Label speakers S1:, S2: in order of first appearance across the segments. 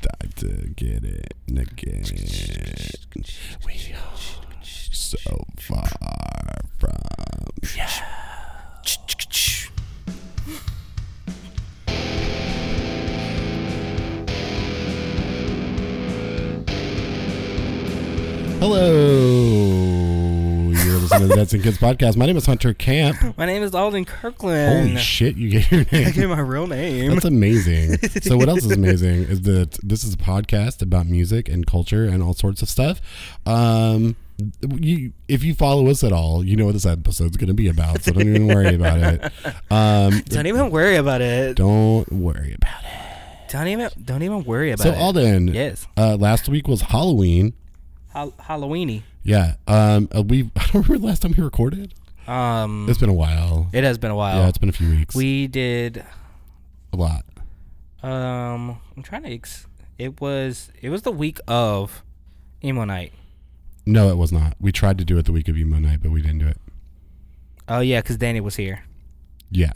S1: Doctor, get it, nigga. We are so far from. Hello, you're listening to the Dancing Kids podcast. My name is Hunter Camp.
S2: My name is Alden Kirkland.
S1: Holy shit, you get your
S2: I
S1: name.
S2: gave my real name.
S1: That's amazing. so what else is amazing is that this is a podcast about music and culture and all sorts of stuff. Um, you, if you follow us at all, you know what this episode's going to be about. So don't even worry about it. Um,
S2: Don't even worry about it.
S1: don't worry about it.
S2: Don't even don't even worry about
S1: So
S2: it.
S1: Alden,
S2: Yes.
S1: uh, last week was Halloween.
S2: Hal- Halloweeny.
S1: Yeah. Um, uh, we I don't remember the last time we recorded.
S2: Um,
S1: It's been a while.
S2: it has been a while.
S1: Yeah, it's been a few weeks.
S2: we did.
S1: a lot.
S2: Um, I'm trying to. Ex- it was it was the week of emo night.
S1: No, it was not. We tried to do it the week of emo night, but we didn't do it.
S2: Oh yeah, because Danny was here.
S1: Yeah,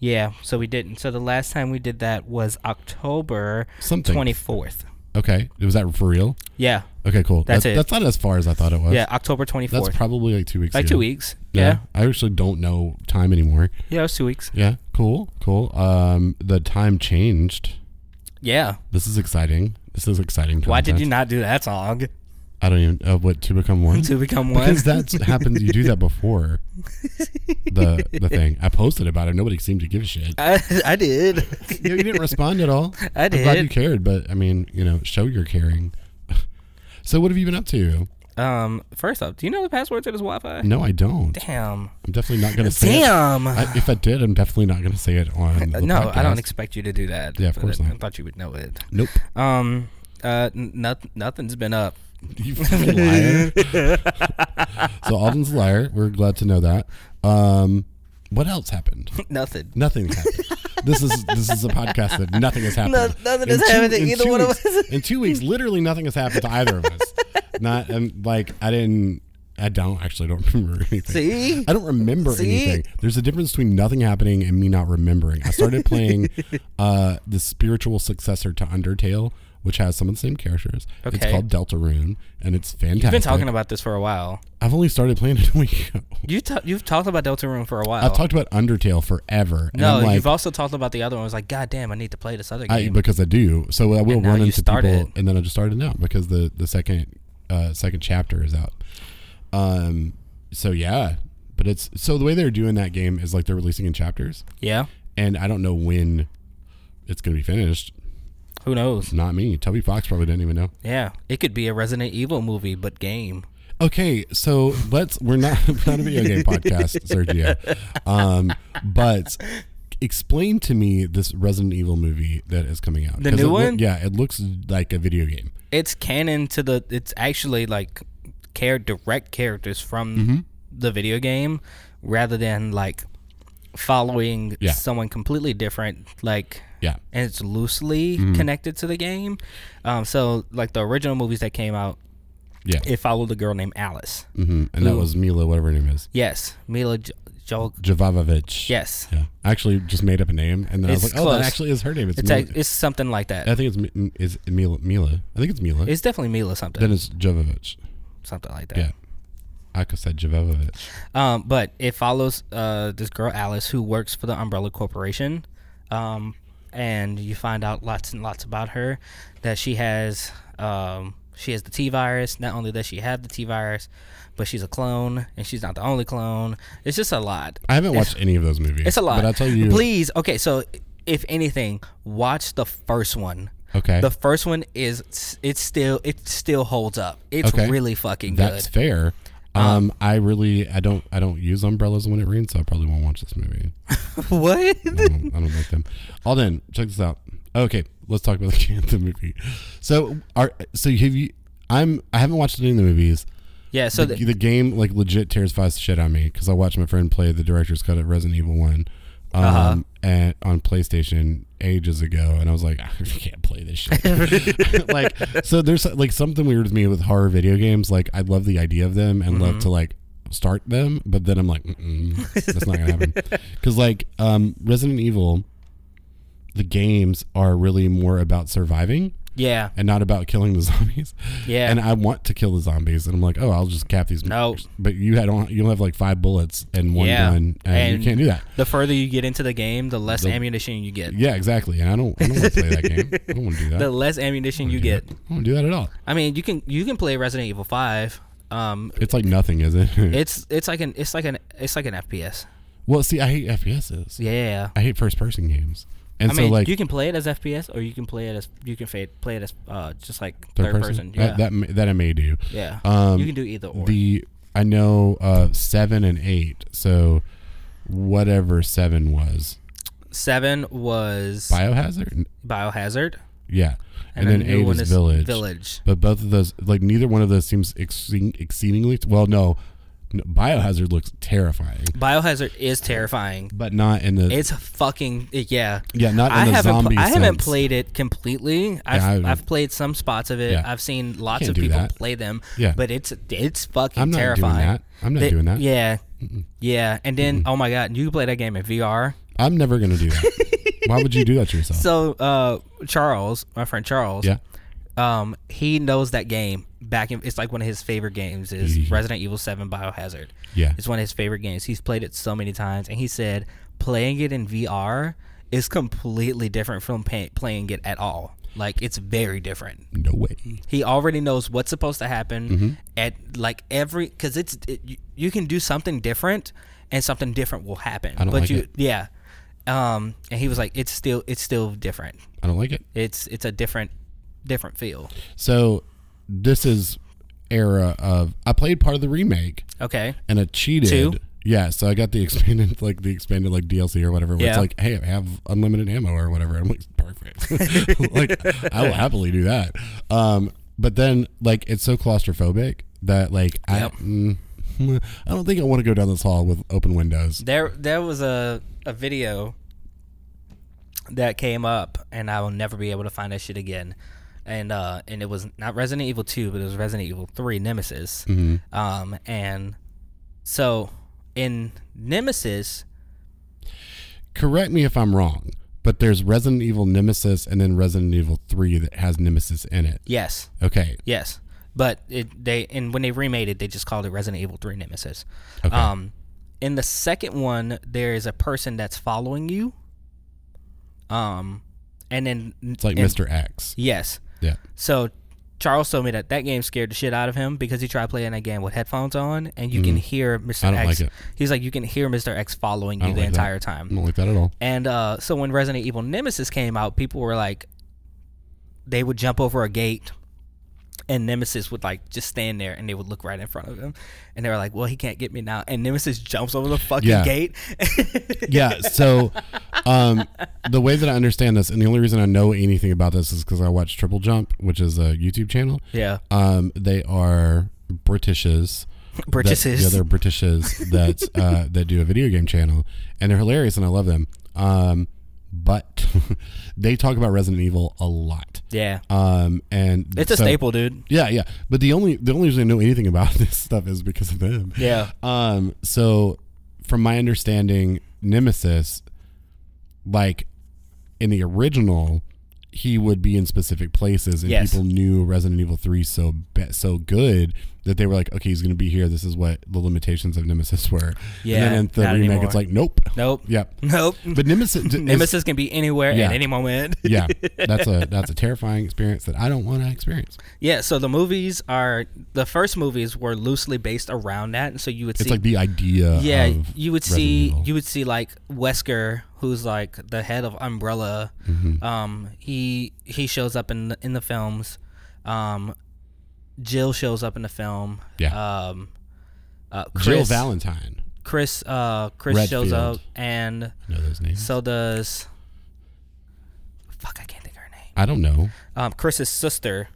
S2: Yeah, so we didn't. So the last time we did that was October
S1: something.
S2: 24th.
S1: Okay, was that for real?
S2: Yeah,
S1: Okay, cool.
S2: That's
S1: That's
S2: it.
S1: That's not as far as I thought it was.
S2: yeah, October 24th.
S1: that's probably like two weeks.
S2: like
S1: ago.
S2: two weeks.
S1: Yeah. I actually don't know time anymore.
S2: yeah, yeah, it was two weeks.
S1: Yeah, cool, cool. Um, the time changed.
S2: Yeah.
S1: This is exciting. This is exciting.
S2: Why did you
S1: content.
S2: not do that song
S1: I don't even. Uh, what to become one?
S2: to become one?
S1: because that's happened. You do that before the the thing. I posted about it. Nobody seemed to give a shit.
S2: I, I did.
S1: You, know, you didn't respond at all.
S2: I
S1: I'm glad you
S2: did.
S1: cared, but I mean, you know, show your caring. So, what have you been up to?
S2: Um, first off, do you know the password to this Wi-Fi?
S1: No, I don't.
S2: Damn.
S1: I'm definitely not gonna say. it.
S2: Damn. Uh,
S1: I, if I did, I'm definitely not going to say it on the
S2: no, I don't
S1: podcast.
S2: expect you to do that.
S1: Yeah, of
S2: but
S1: course
S2: I,
S1: not.
S2: thought you would know it.
S1: Nope.
S2: Um, uh, n- noth- nothing's been up.
S1: You fucking liar. so Alden's a liar. We're glad to know that. Um, what else happened?
S2: Nothing.
S1: Nothing happened. this is this is a podcast that nothing has happened.
S2: No- nothing has
S1: In
S2: happened to
S1: in
S2: either
S1: two
S2: one of
S1: weeks- In two weeks, literally nothing has happened to either of us. Not and like I didn't. I don't actually don't remember anything.
S2: See?
S1: I don't remember
S2: See?
S1: anything. There's a difference between nothing happening and me not remembering. I started playing uh, the spiritual successor to Undertale, which has some of the same characters. It's
S2: Okay.
S1: called Deltarune, and it's fantastic.
S2: You've been talking about this for a while.
S1: I've only started playing it a week ago.
S2: You ta- you've talked about Deltarune for a while.
S1: I've talked about Undertale forever. and
S2: Oh. no,
S1: I'm like,
S2: you've also talked about the other one. I was like, God damn, I need to play this other
S1: I,
S2: game.
S1: because I do. So I will
S2: And now
S1: run
S2: you
S1: into
S2: started
S1: people,
S2: it.
S1: and then I just started now because the the second uh, second chapter is out. Um. So yeah, but it's so the way they're doing that game is like they're releasing in chapters,
S2: yeah.
S1: and I don't know when it's gonna be finished.
S2: Who knows?
S1: Not me. Toby Fox probably didn't even know.
S2: Yeah, it could be a Resident Evil movie, but game.
S1: Okay, so let's we're not we're not a video game podcast, Sergio. Um, but explain to me this Resident Evil movie that is coming out.
S2: The
S1: 'Cause
S2: new
S1: it loo-
S2: one?
S1: yeah, it looks like a video game.
S2: it's canon to the it's actually like care direct characters from
S1: Mm-hmm.
S2: the video game rather than like following
S1: Yeah.
S2: someone completely different like
S1: Yeah.
S2: and it's loosely
S1: Mm-hmm.
S2: connected to the game um so like the original movies that came out
S1: Yeah.
S2: it followed a girl named alice
S1: hmm And that was Mila, whatever her name is.
S2: yes mila jo- Jol-
S1: Javavovich.
S2: yes
S1: Yeah. I actually just made up a name and then I was
S2: It's
S1: like, oh, that
S2: close.
S1: actually is her name. It's,
S2: it's,
S1: Mila.
S2: like, it's something like that
S1: I think it's Mi- is Mila. Mila. I think it's Mila.
S2: it's definitely mila something
S1: then it's Javavovich.
S2: something like that
S1: Yeah. I could say Javavovich.
S2: Um, but it follows uh, this girl Alice who works for the Umbrella Corporation, um, and you find out lots and lots about her. That she has um, she has the T virus. Not only does she have the T virus, but she's a clone, and she's not the only clone. It's just a lot.
S1: I haven't watched any of those movies.
S2: It's a lot.
S1: But I'll tell you.
S2: please. Okay, so if anything, watch the first one.
S1: Okay.
S2: The first one is it's still it still holds up. It's
S1: Okay.
S2: really fucking
S1: That's
S2: good.
S1: fair. Um, I really, I don't, I don't use umbrellas when it rains, so I probably won't watch this movie.
S2: what?
S1: I don't, I don't like them. Alden, check this out. Okay, let's talk about the the movie. So, are so have you? I'm, I haven't watched any of the movies.
S2: Yeah. So
S1: the,
S2: the,
S1: the game like legit tears the shit on me because I watched my friend play the director's cut of Resident Evil One, um,
S2: Uh-huh.
S1: and on PlayStation ages ago, and I was like, I can't play this shit. like, so there's like something weird with me with horror video games. Like, I love the idea of them and
S2: Mm-hmm.
S1: love to like start them, but then I'm like, Mm-mm, that's not gonna happen. Because like um, Resident Evil, the games are really more about surviving
S2: Yeah.
S1: and not about killing the zombies.
S2: Yeah.
S1: And I want to kill the zombies, and I'm like, oh, I'll just cap these.
S2: No.
S1: motherfuckers. But you had on, you'll have like five bullets and one
S2: Yeah.
S1: gun, and,
S2: And-
S1: you can't do that.
S2: The further you get into the game, the less ammunition you get.
S1: Yeah, exactly. And I don't, I don't want to play that game. I don't want to do that.
S2: The less ammunition you
S1: Do that.
S2: get.
S1: I don't do that at all.
S2: I mean, you can you can play Resident Evil Five. Um,
S1: It's like nothing, is it?
S2: it's it's like an it's like an it's like an FPS.
S1: well, see, I hate FPSs.
S2: Yeah.
S1: I hate first-person games, and
S2: I
S1: so
S2: mean,
S1: like
S2: you can play it as FPS, or you can play it as you can fa- play it as uh, just like
S1: third, person,
S2: Yeah,
S1: that, that may- that I may do.
S2: yeah.
S1: um,
S2: you can do either or.
S1: The I know uh, seven and eight, so whatever seven was,
S2: Seven was
S1: Biohazard,
S2: Biohazard,
S1: yeah, and, then,
S2: the new
S1: eight
S2: one
S1: is Village.
S2: Village.
S1: But both of those, like neither one of those seems exceeding, exceedingly well. No, no, Biohazard looks terrifying,
S2: Biohazard is terrifying.
S1: but not in the
S2: It's a fucking yeah.
S1: yeah, not in
S2: I
S1: the
S2: haven't pl-
S1: zombie.
S2: I haven't
S1: sense.
S2: played it completely. I've,
S1: Yeah,
S2: I've,
S1: I-
S2: played some spots of it.
S1: Yeah.
S2: I've seen lots
S1: Can't
S2: of
S1: do
S2: people
S1: that.
S2: play them.
S1: Yeah.
S2: but it's it's fucking
S1: I'm not
S2: terrifying.
S1: doing that. I'm not
S2: They-
S1: doing that.
S2: Yeah, yeah. And then oh my god, you can play that game in VR.
S1: I'm never gonna do that. Why would you do that to yourself?
S2: So uh, Charles, my friend Charles,
S1: yeah,
S2: um, he knows that game back in. It's like one of his favorite games is Resident Evil Seven Biohazard.
S1: yeah.
S2: It's one of his favorite games. He's played it so many times, and he said playing it in VR is completely different from pay- playing it at all. Like it's very different.
S1: No way.
S2: He already knows what's supposed to happen
S1: Mm-hmm.
S2: at like every because it's it, you, you can do something different and something different will happen.
S1: I don't
S2: but
S1: like
S2: you
S1: it.
S2: yeah, um, and he was like, it's still it's still different.
S1: I don't like it.
S2: It's it's a different different feel.
S1: So this is era of I played part of the remake
S2: Okay,
S1: and I cheated.
S2: Two?
S1: Yeah, so I got the expanded like the expanded like DLC or whatever. Where
S2: Yeah.
S1: It's like, hey, I have unlimited ammo or whatever. I'm like, perfect. like I will happily do that. Um, but then like it's so claustrophobic that like
S2: Yep.
S1: I mm, I don't think I want to go down this hall with open windows.
S2: there there was a a video that came up, and I will never be able to find that shit again. And uh, and it was not Resident Evil two, but it was Resident Evil three Nemesis.
S1: Mhm.
S2: Um, and so in Nemesis,
S1: Correct me if I'm wrong, but there's Resident Evil Nemesis and then Resident Evil Three that has Nemesis in it.
S2: yes,
S1: Okay,
S2: yes, but it they and when they remade it, they just called it Resident Evil three Nemesis.
S1: Okay.
S2: Um, in the second one, there is a person that's following you. Um, and then
S1: it's like Mr. X.
S2: Yes.
S1: Yeah.
S2: So Charles told me that that game scared the shit out of him because he tried playing that game with headphones on, and you can hear Mr.
S1: Mm-hmm. I don't
S2: X.
S1: like it.
S2: He's like, you can hear Mr. X following
S1: I
S2: you
S1: don't
S2: the
S1: like that. Mm.
S2: entire
S1: I
S2: time.
S1: don't like that at all.
S2: And uh, so when Resident Evil Nemesis came out, people were like, they would jump over a gate, and Nemesis would like just stand there, and they would look right in front of him, and they were like, well, he can't get me now, and Nemesis jumps over the fucking
S1: Yeah.
S2: gate.
S1: Yeah. So, um, the way that I understand this, and the only reason I know anything about this is because I watch Triple Jump, which is a YouTube channel.
S2: yeah,
S1: Um, they are Britishes.
S2: purchases.
S1: That, yeah, they're Britishes that uh, that do a video game channel, and they're hilarious, and I love them. Um, but they talk about Resident Evil a lot.
S2: yeah,
S1: Um, and
S2: it's a
S1: so-
S2: staple, dude.
S1: Yeah, yeah. But the only the only reason I know anything about this stuff is because of them.
S2: Yeah.
S1: Um, so from my understanding, Nemesis, like in the original, he would be in specific places, and
S2: Yes.
S1: people knew Resident Evil Three so be- so good that they were like, okay, he's going to be here. This is what the limitations of Nemesis were.
S2: Yeah,
S1: And then in the
S2: not
S1: remake,
S2: anymore.
S1: it's like, nope.
S2: Nope.
S1: Yep.
S2: Nope.
S1: But Nemesis, is-
S2: Nemesis can be anywhere
S1: Yeah.
S2: at any moment.
S1: yeah, that's a that's a terrifying experience that I don't want to experience.
S2: yeah, so the movies are the first movies were loosely based around that, and so you would
S1: It's
S2: see
S1: like the idea.
S2: yeah,
S1: of
S2: you would
S1: Resident
S2: see
S1: Evil.
S2: you would see like Wesker, who's like the head of Umbrella.
S1: Mm-hmm.
S2: Um, he he shows up in the, in the films. Um, Jill shows up in the film.
S1: Yeah.
S2: Um, uh, Chris,
S1: Jill Valentine.
S2: Chris uh Chris shows
S1: Redfield. Mm-hmm.
S2: up, and
S1: I know those names.
S2: so does. Fuck, I can't think of her name.
S1: I don't know.
S2: Um, Chris's sister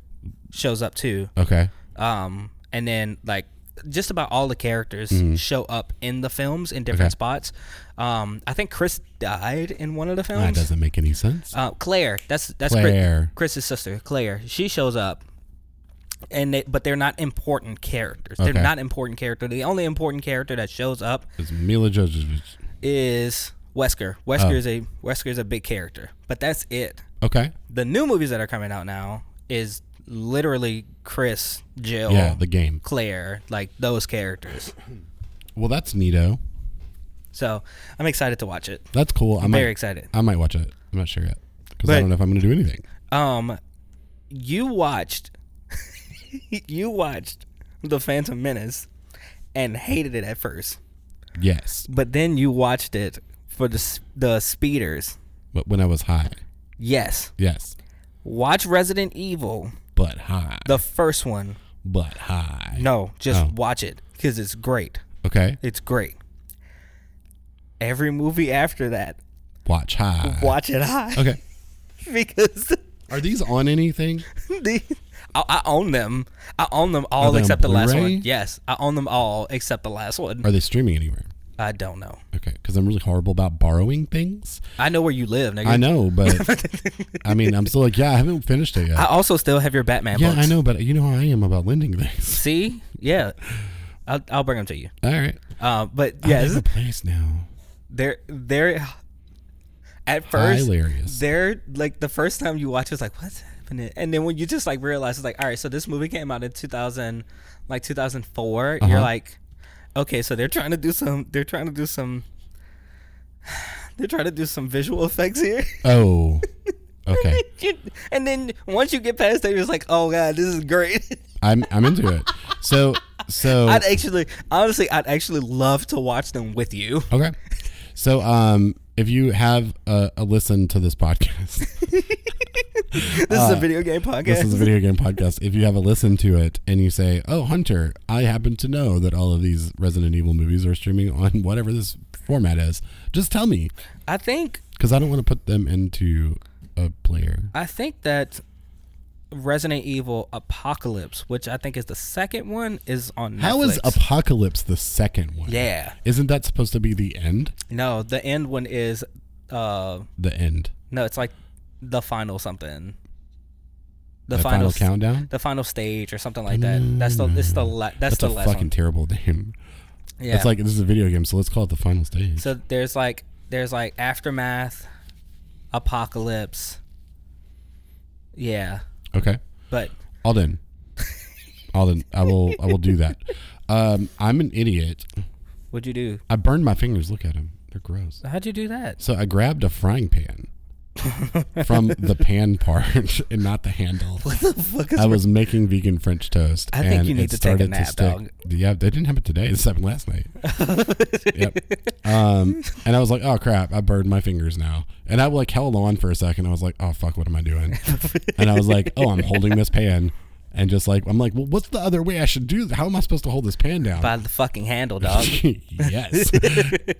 S2: shows up too.
S1: Okay.
S2: um, and then like just about all the characters show up in the films in different
S1: Mm-hmm. Okay.
S2: spots. Um, I think Chris died in one of the
S1: That
S2: films.
S1: doesn't make any sense.
S2: Uh, Claire, that's that's Chris,
S1: Claire.
S2: Chris's sister, Claire. She shows up, and they, but they're not important characters.
S1: Okay.
S2: They're not important character. The only important character that shows up
S1: It's Mila Jovovich.
S2: is Wesker.
S1: Oh.
S2: Wesker is a Wesker is a big character, but that's it.
S1: Okay.
S2: The new movies that are coming out now is literally Chris, Jill,
S1: yeah, the game.
S2: Claire, like those characters.
S1: Well, that's neato.
S2: So I'm excited to watch it.
S1: That's cool. I
S2: Very
S1: might,
S2: excited.
S1: I might watch it. I'm not sure yet because
S2: But-
S1: I don't know if I'm going to do anything.
S2: Um, you watched, you watched the Phantom Menace, and hated it at first,
S1: Yes,
S2: but then you watched it for the s- the speeders.
S1: but when I was high,
S2: Yes,
S1: yes,
S2: watch Resident Evil,
S1: but high,
S2: the first one.
S1: but high.
S2: No, just
S1: Oh.
S2: watch it because it's great.
S1: Okay,
S2: It's great. Every movie after that,
S1: watch high.
S2: watch it high
S1: Okay,
S2: because
S1: are these on anything?
S2: the, I, I own them. I own them all
S1: they on
S2: except the last
S1: Blu-ray?
S2: one. Yes, I own them all except the last one.
S1: Are they streaming anywhere?
S2: I don't know.
S1: Okay, because I'm really horrible about borrowing things.
S2: I know where you live, nigga.
S1: I know, but I mean, I'm still like, yeah, I haven't finished it yet.
S2: I also still have your Batman
S1: yeah,
S2: books.
S1: I know, but you know how I am about lending things.
S2: See, yeah, I'll, I'll bring them to you.
S1: All right,
S2: Uh, but
S1: I have
S2: yes,
S1: a place now.
S2: they're they're at first
S1: Hilarious.
S2: They're like the first time you watch, it's like what's happening, and then when you just like realize it's like all right, so this movie came out in two thousand, like two thousand four. You're
S1: Uh-huh.
S2: like, okay, so they're trying to do some. They're trying to do some. They're trying to do some visual effects here.
S1: Oh, okay.
S2: You- and then once you get past that, you're just like, oh god, this is great.
S1: I'm I'm into it. So so
S2: I'd actually, honestly, I'd actually love to watch them with you.
S1: okay. So um, if you have a, a listen to this podcast,
S2: This is a video game podcast.
S1: Uh, this is a video game podcast. If you have a listen to it and you say, "Oh, Hunter, I happen to know that all of these Resident Evil movies are streaming on whatever this format is," just tell me
S2: I think,
S1: because I don't want to put them into a player.
S2: I think that Resident Evil Apocalypse, which I think is the second one, is on. Netflix.
S1: How is Apocalypse the second one?
S2: Yeah,
S1: Isn't that supposed to be the end?
S2: no, the end one is, uh,
S1: The end.
S2: no, it's like the final something. The,
S1: The, final,
S2: final, s-
S1: countdown.
S2: The final stage or something like that. That's the. It's the. La- that's,
S1: That's, a
S2: the last
S1: fucking
S2: one.
S1: terrible name.
S2: Yeah.
S1: It's like this is a video game, so let's call it the final stage.
S2: So there's like there's like aftermath, apocalypse. Yeah,
S1: okay,
S2: but
S1: all done. All done. I will. I will do that. Um, I'm an idiot.
S2: what'd you do?
S1: I burned my fingers. Look at them. They're gross.
S2: How'd you do that?
S1: So I grabbed a frying pan from the pan part and not the handle.
S2: the fuck is
S1: I was making vegan French toast.
S2: I think
S1: and
S2: you need
S1: it
S2: to take a
S1: started
S2: nap,
S1: stick.
S2: dog.
S1: Yeah, that didn't happen today. This happened last night. yep. Um, and I was like, oh crap, I burned my fingers now. And I like held on for a second. I was like, oh fuck, what am I doing? and I was like, oh, I'm holding this pan. And just like, I'm like, well, what's the other way I should do? th- How am I supposed to hold this pan down?
S2: by the fucking handle, dog,
S1: yes.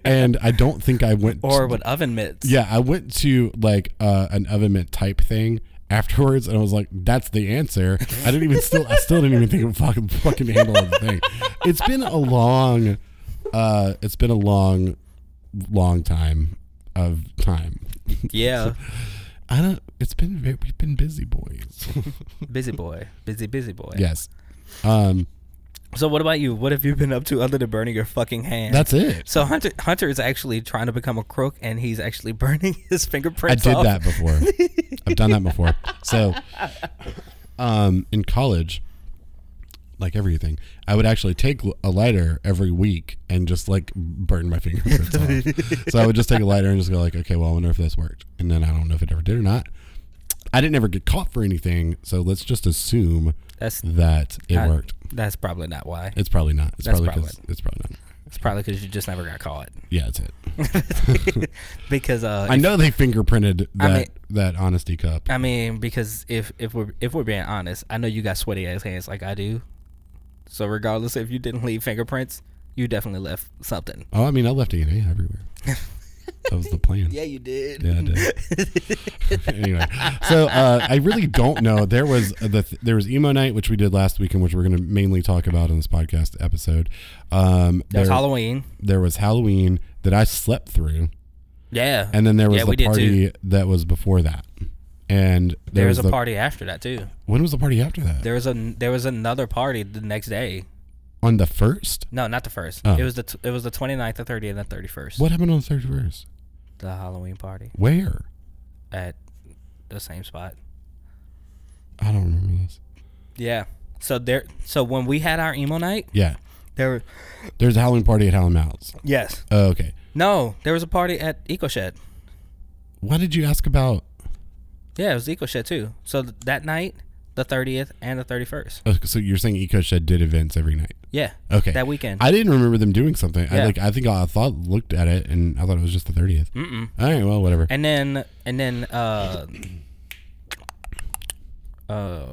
S1: and I don't think I went
S2: or with oven mitts?
S1: yeah, I went to like uh, an oven mitt type thing afterwards, and I was like, "That's the answer." I didn't even still, I still didn't even think of fucking fucking handle of the thing. It's been a long, uh, it's been a long, long time of time.
S2: yeah.
S1: I don't. It's been ve- we've been busy boys.
S2: busy boy, busy busy boy.
S1: yes, um,
S2: So what about you? What have you been up to other than burning your fucking hand?
S1: that's it.
S2: so Hunter Hunter is actually trying to become a crook, and he's actually burning his
S1: I
S2: fingerprints.
S1: did
S2: off.
S1: that before. I've done that before. So, um, in college, like everything, I would actually take l- a lighter every week and just like burn my fingerprints off. So I would just take a lighter and just go like, okay, well, I wonder if this worked, and then I don't know if it ever did or not. I didn't ever get caught for anything, so let's just assume
S2: That's
S1: that it
S2: I-
S1: worked.
S2: that's probably not why.
S1: It's probably not. It's
S2: That's
S1: probably
S2: probably
S1: because it's probably not.
S2: It's probably because you just never got caught.
S1: Yeah, it's it.
S2: Because uh,
S1: I know they fingerprinted that
S2: I mean-
S1: that honesty cup.
S2: I mean, because if if we're if we're being honest, I know you got sweaty ass hands like I do. So regardless if you didn't leave fingerprints, you definitely left something.
S1: Oh, I mean, I left DNA everywhere. that was the plan. Yeah,
S2: you did.
S1: I did. anyway, so uh, I really don't know. There was the th- there was emo night, which we did last week, and which we're going to mainly talk about in this podcast episode. Um,
S2: That
S1: there,
S2: was Halloween.
S1: there was Halloween that I slept through,
S2: Yeah.
S1: and then there was
S2: Yeah, we
S1: the
S2: did
S1: party that was before that. And there,
S2: there
S1: was
S2: was a
S1: the,
S2: party after that too.
S1: When was the party after that?
S2: There was a there was another party the next day.
S1: On the first.
S2: No, not the first.
S1: Oh.
S2: It was the t- it was the 29th, the 30th, and the 31st.
S1: What happened on the thirty first?
S2: The Halloween party
S1: Where?
S2: at the same spot.
S1: I don't remember this.
S2: Yeah. So there. So when we had our emo night,
S1: Yeah,
S2: there. were-
S1: there's a Halloween party at Howlin' Mouse.
S2: Yes.
S1: Oh, okay.
S2: No, there was a party at Eco Shed.
S1: Why did you ask about?
S2: Yeah, it was Eco Shed too. So th- that night, the thirtieth and the thirty-first.
S1: oh, so you're saying Eco Shed did events every night?
S2: Yeah.
S1: Okay.
S2: That weekend.
S1: I didn't remember them doing something. I
S2: Yeah.
S1: like. I think I thought looked at it and I thought it was just the thirtieth.
S2: Mm-mm.
S1: All right. Well, whatever.
S2: And then and then uh uh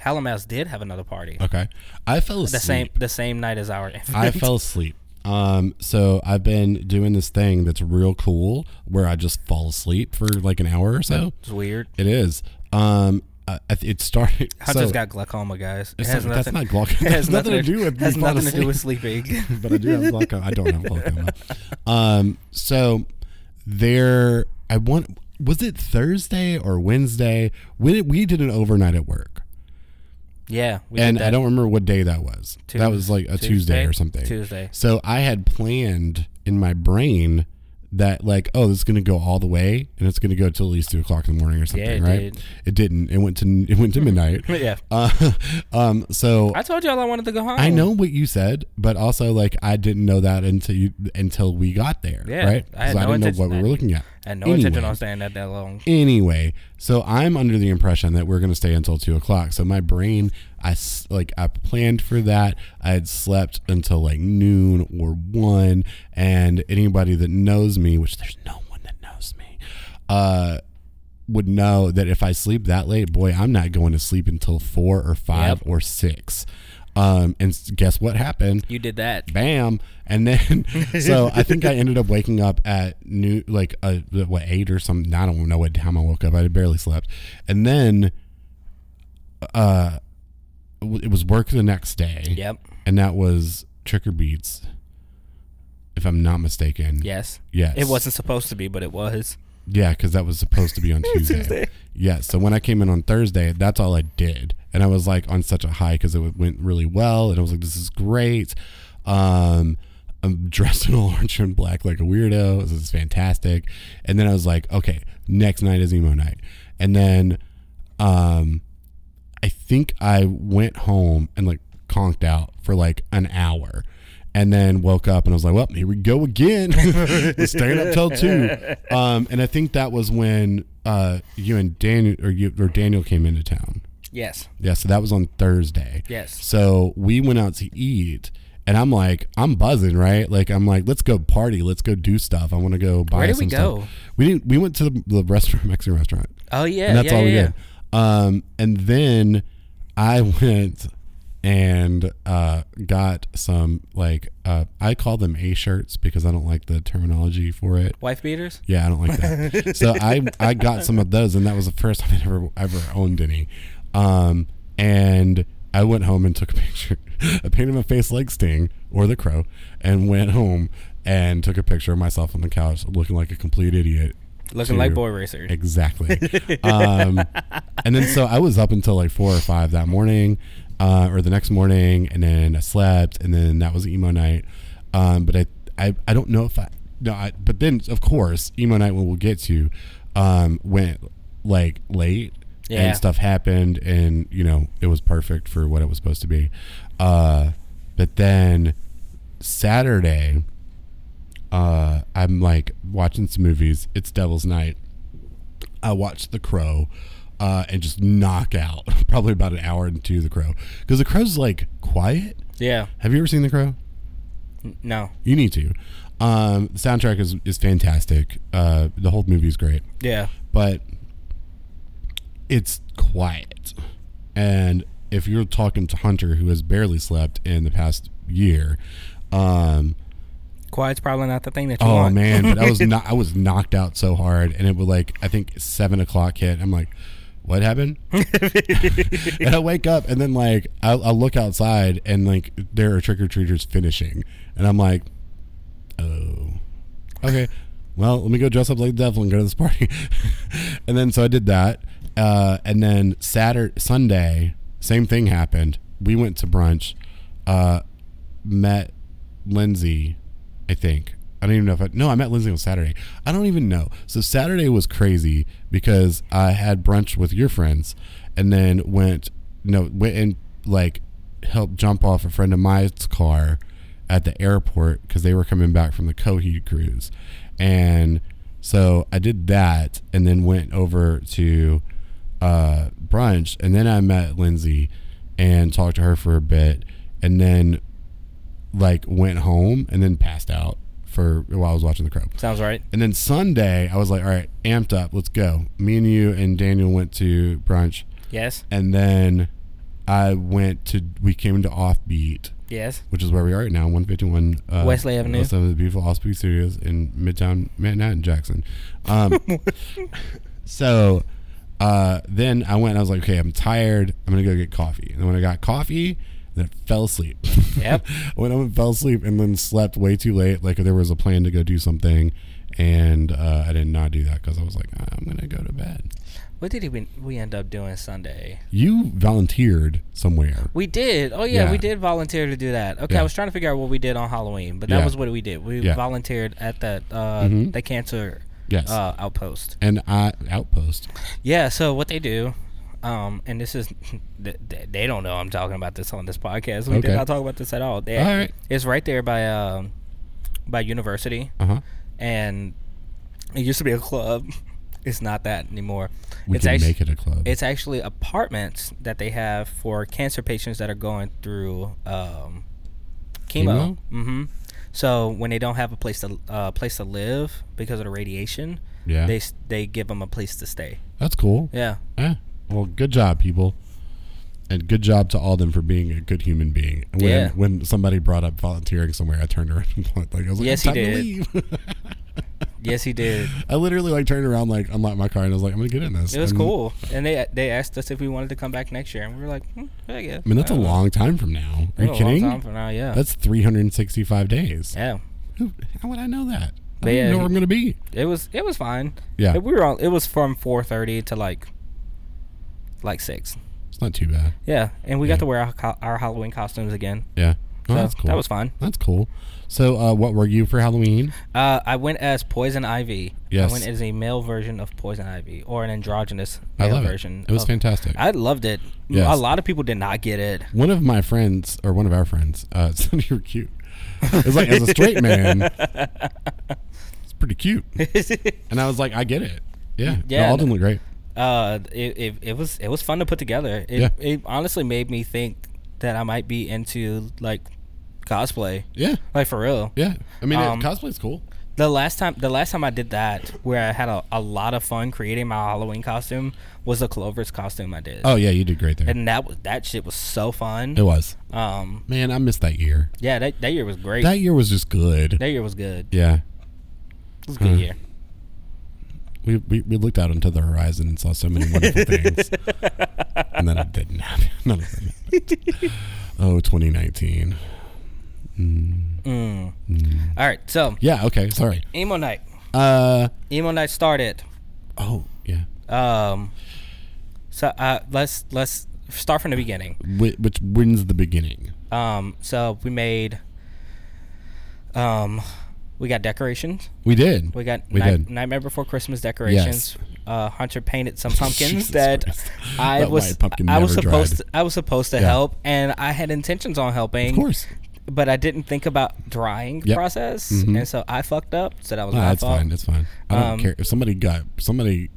S2: Halamas did have another party.
S1: Okay. I fell asleep.
S2: The same the same night as our
S1: Oh, I fell asleep. Um, so I've been doing this thing that's real cool where I just fall asleep for like an hour or so.
S2: it's weird.
S1: It is. Um, I, I- it started.
S2: I
S1: so-
S2: just got glaucoma, guys. It
S1: it's
S2: has
S1: not- that's
S2: nothing
S1: not glaucoma. That
S2: it has
S1: has nothing to do with
S2: has
S1: me falling
S2: nothing to do
S1: asleep.
S2: with sleeping.
S1: but I do have glaucoma. I don't have glaucoma. Um, so there, I want. Was it Thursday or Wednesday? When it, we did an overnight at work,
S2: yeah. We
S1: and
S2: did
S1: I
S2: that
S1: don't remember what day that was. that was like a Tuesday, or something.
S2: Tuesday.
S1: So I had planned in my brain that like, oh, this is gonna go all the way, and it's gonna go till at least two o'clock in the morning or something,
S2: Yeah, it
S1: right?
S2: did.
S1: It didn't. It went to it went to midnight.
S2: Yeah.
S1: Uh, um, so
S2: I told y'all I wanted to go home.
S1: I know what you said, but also like I didn't know that until you until we got there,
S2: Yeah,
S1: right?
S2: I had
S1: 'Cause didn't
S2: no
S1: know
S2: intention-
S1: what we were looking at.
S2: I had no intention
S1: Anyway.
S2: on staying that that long.
S1: Anyway, so I'm under the impression that we're going to stay until two o'clock. So my brain, I s- like I planned for that. I had slept until like noon or one, and anybody that knows me, which there's no one that knows me, uh, would know that if I sleep that late, boy, I'm not going to sleep until four or five or six. Um, and s- guess what happened?
S2: You did that.
S1: bam and then so i think i ended up waking up at new like uh, what eight or something i don't know what time i woke up i barely slept and then uh w- it was work the next day
S2: Yep.
S1: and that was trick or beats if i'm not mistaken
S2: Yes.
S1: yes
S2: It wasn't supposed to be, but it was.
S1: yeah because that was supposed to be on tuesday,
S2: Tuesday.
S1: yeah so when i came in on thursday that's all i did and i was like on such a high because it w- went really well and i was like this is great um i'm dressed in orange and black like a weirdo this is fantastic and then i was like okay next night is emo night and then um i think i went home and like conked out for like an hour and then woke up and I was like, "Well, here we go again. We're staying up till two. Um, and I think that was when uh, you and Daniel or you or Daniel came into town.
S2: Yes.
S1: Yeah, so that was on Thursday.
S2: Yes.
S1: So we went out to eat, and I'm like, I'm buzzing, right? Like I'm like, let's go party, let's go do stuff. I want to go buy.
S2: Where did
S1: some
S2: we
S1: stuff.
S2: go?
S1: We didn't. We went to the, the restaurant, Mexican restaurant.
S2: Oh yeah.
S1: And that's
S2: yeah,
S1: all we
S2: yeah, yeah.
S1: did. Um, and then I went and uh, got some like uh, I call them A shirts because I don't like the terminology for it.
S2: Wife beaters.
S1: Yeah, I don't like that. so I I got some of those, and that was the first time I'd ever ever owned any. Um, and I went home and took a picture. I painted my face like Sting or the Crow, and went home and took a picture of myself on the couch, looking like a complete idiot.
S2: Looking like
S1: to-
S2: boy racer.
S1: Exactly. um, and then so I was up until like four or five that morning, uh, or the next morning, and then I slept, and then that was emo night. Um, but I, I, I don't know if I no, I, but then of course emo night, when we'll get to, um, went like late.
S2: Yeah.
S1: And stuff happened, and you know it was perfect for what it was supposed to be. Uh, but then Saturday, uh, I'm like watching some movies. It's Devil's Night. I watched The Crow uh, and just knock out probably about an hour into The Crow because The Crow's like quiet.
S2: Yeah.
S1: Have you ever seen The Crow?
S2: N- No.
S1: You need to. Um, the soundtrack is, is fantastic. Uh, the whole movie is great,
S2: Yeah.
S1: but it's quiet. And if you're talking to Hunter, who has barely slept in the past year, um,
S2: Quiet's probably not the thing that you
S1: Oh
S2: want.
S1: man, but I was not I was knocked out so hard, and it was like I think seven o'clock hit. I'm like, what happened? and I wake up, and then like I, I look outside, and like there are trick or treaters finishing, and I'm like, oh, okay. Well, let me go dress up like the devil and go to this party. and then so I did that, uh, and then Saturday, Sunday, same thing happened. We went to brunch. Uh, met Lindsay, I think, I don't even know if I no, I met Lindsay on Saturday. I don't even know. So Saturday was crazy because I had brunch with your friends and then went no went and like helped jump off a friend of mine's car at the airport because they were coming back from the Coheed cruise. And so I did that and then went over to uh, brunch and then I met Lindsay and talked to her for a bit and then like went home and then passed out for while I was watching the crow.
S2: Sounds right.
S1: And then Sunday I was like, all right, amped up, let's go. Me and you and Daniel went to brunch
S2: Yes.
S1: and then I went to we came to offbeat
S2: Yes.
S1: which is where we are right now, 151 uh,
S2: Wesley Avenue.
S1: West Avenue, the beautiful Osprey Studios in Midtown Manhattan, Jackson. Um, so uh, then I went. I was like, okay, I'm tired. I'm gonna go get coffee. And then when I got coffee, then I fell asleep.
S2: Yep.
S1: I went home and fell asleep, and then slept way too late. Like there was a plan to go do something, and uh, I did not do that because I was like, "Ah, I'm gonna go to bed.
S2: What did we we end up doing Sunday?
S1: You volunteered somewhere.
S2: We did. Oh yeah,
S1: Yeah.
S2: we did volunteer to do that. Okay,
S1: Yeah.
S2: I was trying to figure out what we did on Halloween, but that
S1: Yeah.
S2: was what we did. We
S1: Yeah. Mm-hmm.
S2: volunteered at that uh, the cancer
S1: Yes.
S2: uh, outpost.
S1: and I outpost.
S2: Yeah. So what they do, um, and this is th- th- they don't know I'm talking about this on this podcast. We
S1: Okay.
S2: did not talk about this at all. They,
S1: All right.
S2: It's right there by um, by university,
S1: Uh huh.
S2: and it used to be a club. It's not that anymore.
S1: We
S2: it's
S1: can
S2: actually,
S1: make it a club.
S2: It's actually apartments that they have for cancer patients that are going through um, chemo.
S1: Chemo?
S2: hmm So when they don't have a place to uh, place to live because of the radiation,
S1: yeah.
S2: they s- they give them a place to stay.
S1: That's cool.
S2: Yeah.
S1: Yeah. Well, good job, people. And good job to all of them for being a good human being. When,
S2: Yeah.
S1: when somebody brought up volunteering somewhere, I turned around and looked, like I was like,
S2: Yes,
S1: "It's
S2: he
S1: time to
S2: did.
S1: leave."
S2: Yes, he did.
S1: I literally like turned around, like unlocked my car, and I was like, "I'm gonna get in this."
S2: It was
S1: And-
S2: cool, and they they asked us if we wanted to come back next year, and we were like, hmm, yeah, yeah.
S1: I mean, that's a
S2: Uh,
S1: long time from now. Are you
S2: it's a long
S1: kidding?
S2: time from now, yeah.
S1: That's 365 days.
S2: yeah.
S1: Who, how would I know that? I
S2: But
S1: don't
S2: yeah,
S1: even know where I'm
S2: he-
S1: gonna be.
S2: It was it was fine.
S1: Yeah.
S2: we were all, it was from four thirty to like like six.
S1: It's not too bad.
S2: Yeah, and we
S1: Yeah.
S2: got to wear our, co- our Halloween costumes again.
S1: Yeah. Oh,
S2: So
S1: that's cool.
S2: That was fun.
S1: That's cool. So, uh, what were you for Halloween?
S2: Uh, I went as Poison Ivy.
S1: Yes.
S2: I went as a male version of Poison Ivy or an androgynous
S1: I
S2: male
S1: love
S2: version.
S1: it. It was
S2: of-
S1: fantastic.
S2: I loved it.
S1: Yes.
S2: A lot of people did not get it.
S1: one of my friends or one of our friends uh said you were cute it's like as a straight man it's pretty cute and i was like i get it yeah
S2: Yeah,
S1: yeah alden
S2: no.
S1: looked great
S2: uh, it, it, it was it was fun to put together. It,
S1: Yeah.
S2: it honestly made me think that I might be into like cosplay,
S1: yeah
S2: like for real.
S1: yeah i mean
S2: Um,
S1: it, cosplay's cool
S2: The last time, the last time I did that, where I had a, a lot of fun creating my Halloween costume, was the Clover's costume I did,
S1: oh yeah you did great there
S2: and that was that shit was so fun.
S1: it was
S2: Um,
S1: man i missed that year
S2: yeah, that, that year was great.
S1: that
S2: That,
S1: year was just good
S2: year was good.
S1: yeah Mm.
S2: It was a good
S1: Huh.
S2: year.
S1: we, we, we looked out into the horizon and saw so many wonderful things and then it didn't happen none of them happened. oh 2019
S2: Mm. All right, so
S1: yeah okay sorry
S2: emo night.
S1: uh
S2: Emo night started.
S1: oh yeah
S2: Um, so uh, let's let's start from the beginning.
S1: Wh- which wins the beginning
S2: Um, so we made, um, we got decorations.
S1: We did.
S2: We got
S1: We
S2: Night-
S1: did.
S2: Nightmare Before Christmas decorations. Uh, Hunter painted some pumpkins
S1: Jesus
S2: that
S1: Christ.
S2: I
S1: That
S2: was
S1: white pumpkin
S2: I was
S1: never
S2: supposed to,
S1: dried.
S2: I was supposed to
S1: Yeah.
S2: help, and I had intentions on helping,
S1: Of course.
S2: but I didn't think about drying
S1: Yep.
S2: process,
S1: Mhm.
S2: and so I fucked up. So that was
S1: No,
S2: my
S1: that's
S2: fault.
S1: fine. That's fine. I don't
S2: Um,
S1: care if somebody got somebody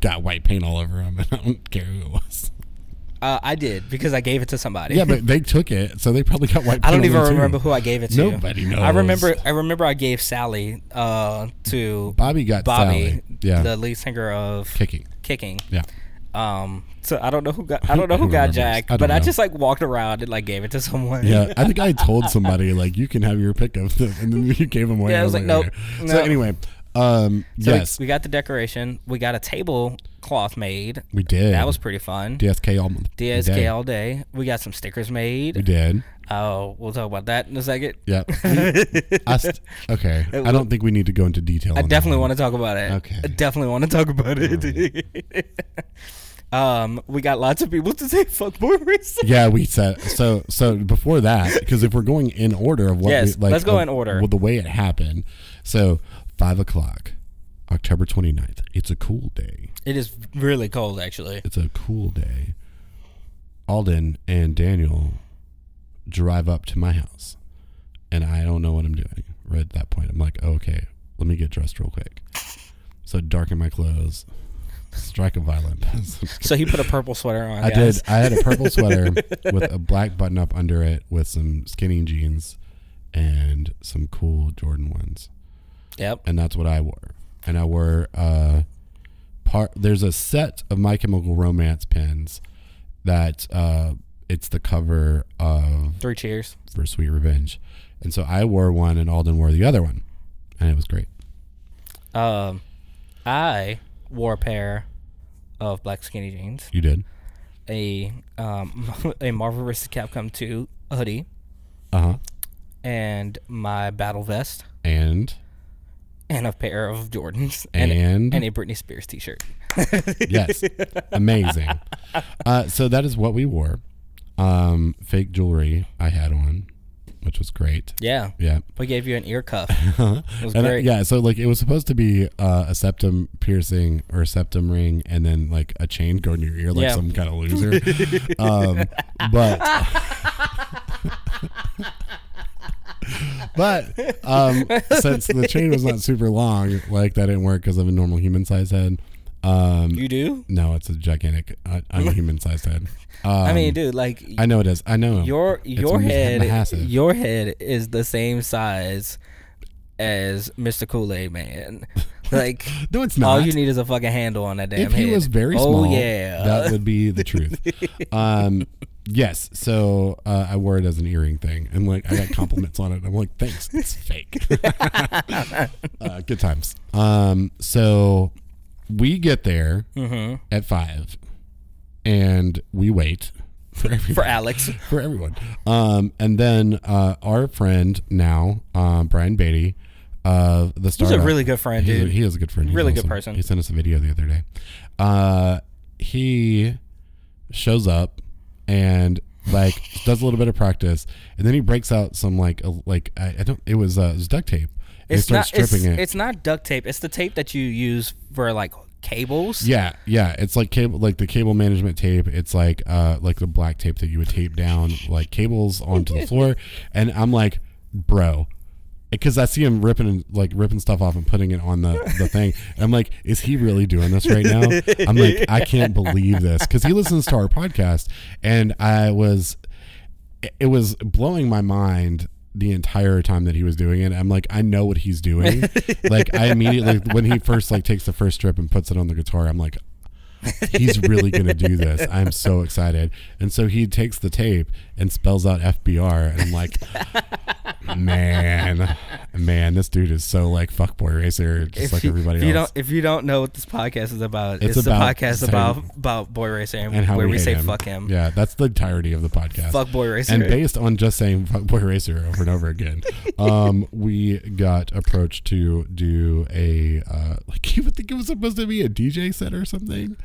S1: got white paint all over them. I don't care who it was.
S2: Uh, I did because I gave it to somebody.
S1: Yeah, but they took it, so they probably got white. paint
S2: I don't
S1: on
S2: even
S1: them, too.
S2: remember who I gave it to.
S1: Nobody
S2: I
S1: knows.
S2: remember. I remember I gave Sally uh, to
S1: Bobby got
S2: Bobby,
S1: Sally. Yeah,
S2: the lead singer of
S1: kicking.
S2: Kicking.
S1: Yeah,
S2: Um, so I don't know who got I don't know
S1: Who
S2: who got
S1: remembers?
S2: Jack,
S1: I don't
S2: but I
S1: know.
S2: just like walked around and like gave it to someone.
S1: yeah. I think I told somebody like you can have your pickup, and then you gave them away.
S2: Yeah, I was like,
S1: okay.
S2: nope,
S1: So
S2: no.
S1: anyway, um,
S2: So we-
S1: yes,
S2: We,
S1: we,
S2: got the decoration. We got a table cloth made.
S1: did.
S2: That was pretty fun.
S1: DSK all month.
S2: DSK
S1: day.
S2: all day. We got some stickers
S1: We
S2: made.
S1: did.
S2: Oh, we'll talk about that in a second.
S1: Yep. We- I st- okay. I don't think we need to go into detail.
S2: I definitely want to talk about it.
S1: Okay.
S2: I definitely want to talk about it. um, we got lots of people to say fuck Boris.
S1: Yeah, we said so. So before that, because if we're going in order of what,
S2: Yes,
S1: we, like,
S2: let's go
S1: of-
S2: in order.
S1: Well, the way it happened. So, five o'clock, October 29th. It's a cool day.
S2: It is really cold, actually.
S1: It's a cool day. Alden and Daniel drive up to my house, and I don't know what I'm doing. Right at that point, I'm like, oh, okay, let me get dressed real quick. So, darken my clothes, strike a violent pass.
S2: So he put a purple sweater on.
S1: I
S2: guys.
S1: did. I had a purple sweater with a black button up under it, with some skinny jeans and some cool Jordan ones,
S2: Yep.
S1: and that's what I wore. And I wore uh, part. There's a set of My Chemical Romance pins that uh, it's the cover of
S2: Three cheers.
S1: for Sweet Revenge, and so I wore one, and Alden wore the other one, and it was great.
S2: Um, I wore a pair of black skinny jeans,
S1: You did,
S2: a um, a Marvel vs. Capcom 2 hoodie,
S1: uh huh,
S2: and my battle vest,
S1: and
S2: and a pair of Jordans,
S1: And?
S2: and a Britney Spears T-shirt.
S1: Yes. Amazing. Uh, so that is what we wore. Um, fake jewelry I had on, which was great.
S2: Yeah,
S1: Yeah.
S2: we gave you an ear cuff. It was
S1: And I-
S2: great.
S1: yeah. So like it was supposed to be uh, a septum piercing or a septum ring and then like a chain going to your ear like
S2: Yeah.
S1: some kind of loser. um, but. But um, since the chain was not super long, like that didn't work because of a normal human size head. Um,
S2: You do?
S1: no, it's a gigantic, uh, unhuman sized head. Um, I
S2: I mean, dude, like
S1: I know it is. I know
S2: your
S1: It's
S2: your
S1: ma-
S2: head
S1: massive.
S2: your head is the same size as Mr. Kool Aid Man. Like
S1: no, it's
S2: all
S1: not.
S2: Oh, you need is a fucking handle on that damn
S1: if he
S2: head.
S1: was very
S2: oh,
S1: small,
S2: yeah,
S1: that would be the truth. um, yes. So uh, I wore it as an earring thing, and like I got compliments on it. I'm like, thanks. It's fake. uh, good times. Um, so we get there
S2: Mm-hmm.
S1: at five, and we wait for everybody.
S2: for Alex.
S1: for everyone. Um, and then uh, our friend now, um, Brian Beatty, of the
S2: He's
S1: Startup.
S2: a really good friend,
S1: He's a-
S2: dude.
S1: he is a good friend. He's
S2: Really good
S1: awesome.
S2: person.
S1: He sent us a video the other day. Uh, he shows up and like does a little bit of practice, and then he breaks out some like a, like I, I don't. It was uh, it was duct tape. And he
S2: it's not
S1: starts
S2: it's,
S1: stripping it.
S2: it's not duct tape. It's the tape that you use for like cables.
S1: Yeah, yeah. It's like cable, like the cable management tape. It's like uh, like the black tape that you would tape down like cables onto the floor. And I'm like, bro, because I see him ripping like ripping stuff off and putting it on the the thing. And I'm like, is he really doing this right now? I'm like, I can't believe this because he listens to our podcast, and I was it was blowing my mind the entire time that he was doing it. I'm like, I know what he's doing. like I immediately when he first like takes the first strip and puts it on the guitar, I'm like, he's really gonna do this. I'm so excited. And so he takes the tape and spells out FBR and I'm like Man, man, this dude is so like fuckboy racer, just
S2: If
S1: like
S2: you,
S1: everybody
S2: if you
S1: else.
S2: don't if you don't know what this podcast is about,
S1: It's
S2: it's,
S1: about-
S2: a podcast
S1: sorry.
S2: about about Boy Racer and,
S1: and how
S2: where we,
S1: hate
S2: say
S1: him.
S2: fuck him.
S1: Yeah, that's the entirety of the podcast.
S2: Fuck Boy Racer.
S1: and based on just saying fuck boy racer over and over again um we got approached to do a uh like you would think it was supposed to be a dj set or something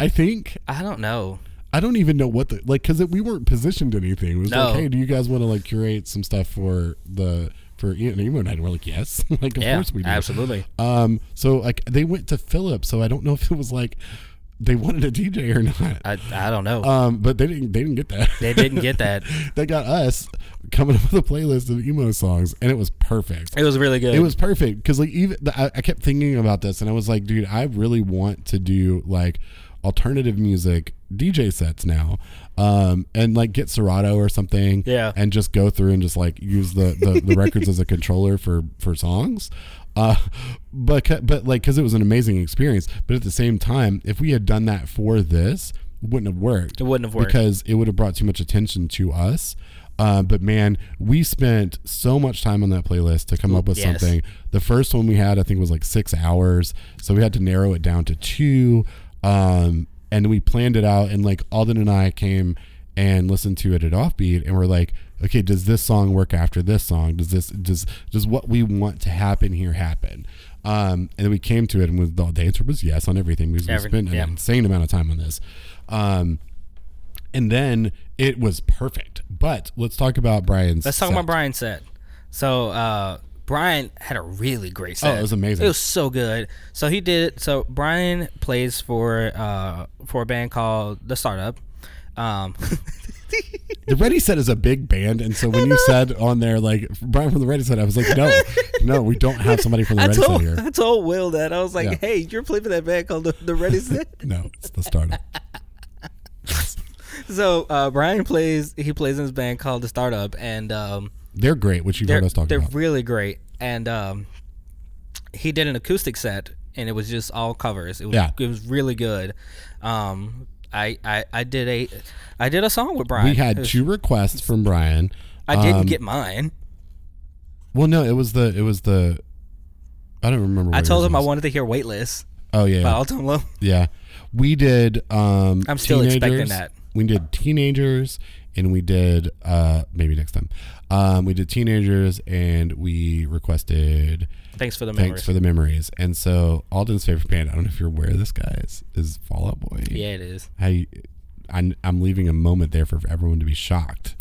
S1: i think
S2: I don't know.
S1: i don't even know what the like because we weren't positioned anything it was like
S2: No.
S1: hey do you guys want to like curate some stuff for the for Ian and Emo Night, and we're like, yes, like of
S2: Yeah,
S1: course we do.
S2: absolutely.
S1: Um, so like they went to Philip, so I don't know if it was like they wanted a DJ or not.
S2: I I don't know.
S1: um, but they didn't they didn't get that.
S2: they didn't get that.
S1: that got us coming up with a playlist of emo songs, and it was perfect.
S2: It was really good.
S1: It was perfect because like even the, I, I kept thinking about this, and I was like, dude, I really want to do like alternative music DJ sets now, um, and like get Serato or something,
S2: Yeah.
S1: and just go through and just like use the the, the records as a controller for for songs. Uh, but c- but like because it was an amazing experience, but at the same time, if we had done that for this, it wouldn't have worked
S2: It wouldn't have worked.
S1: because it would have brought too much attention to us. Uh, but man, we spent so much time on that playlist to come up with
S2: Yes.
S1: something. The first one we had, I think, was like six hours, so we had to narrow it down to two. Um, and we planned it out, and like Alden and I came and listened to it at Offbeat, and we're like, okay, does this song work after this song? Does this does does what we want to happen here happen? Um, and then we came to it, and with the the answer was yes on everything because
S2: Every-
S1: we spent
S2: yeah.
S1: an insane amount of time on this. Um, and then it was perfect. But let's talk about Brian's.
S2: Let's talk
S1: set.
S2: about Brian set. So uh, Brian had a really great
S1: Oh,
S2: set.
S1: it was amazing.
S2: It was so good. So he did. So Brian plays for uh for a band called The Startup. Um,
S1: The Ready Set is a big band, and so when you said on there like Brian from the Ready Set, I was like, no, no, we don't have somebody from the
S2: I
S1: Ready Set
S2: told
S1: here.
S2: I told Will that I was like,
S1: Yeah.
S2: "Hey, you're playing for that band called The, the Ready Set."
S1: No, it's the startup.
S2: so uh, Brian plays. He plays in this band called The Startup, and um,
S1: They're great, which you've
S2: they're
S1: heard us talk
S2: they're
S1: about.
S2: really great. And um, he did an acoustic set, and it was just all covers. It was
S1: Yeah.
S2: it was really good. Um, I, I I did a I did a song with Brian.
S1: we
S2: It
S1: had
S2: was-
S1: two requests from Brian.
S2: I didn't
S1: Um,
S2: get mine.
S1: Well, no, it was the it was the. I don't remember. What
S2: I told
S1: yours
S2: him I
S1: was.
S2: wanted to hear "Weightless"
S1: Oh yeah,
S2: by
S1: yeah,
S2: Alton Low.
S1: yeah. We did. Um,
S2: I'm still expecting
S1: Teenagers.
S2: that.
S1: We did teenagers, and we did uh maybe next time. Um, we did teenagers, and we requested.
S2: Thanks for the
S1: Thanks
S2: memories.
S1: for the memories. And so Alden's favorite band. I don't know if you're aware of this guy is is Fall Out Boy.
S2: yeah, it is.
S1: I, I'm, I'm leaving a moment there for everyone to be shocked.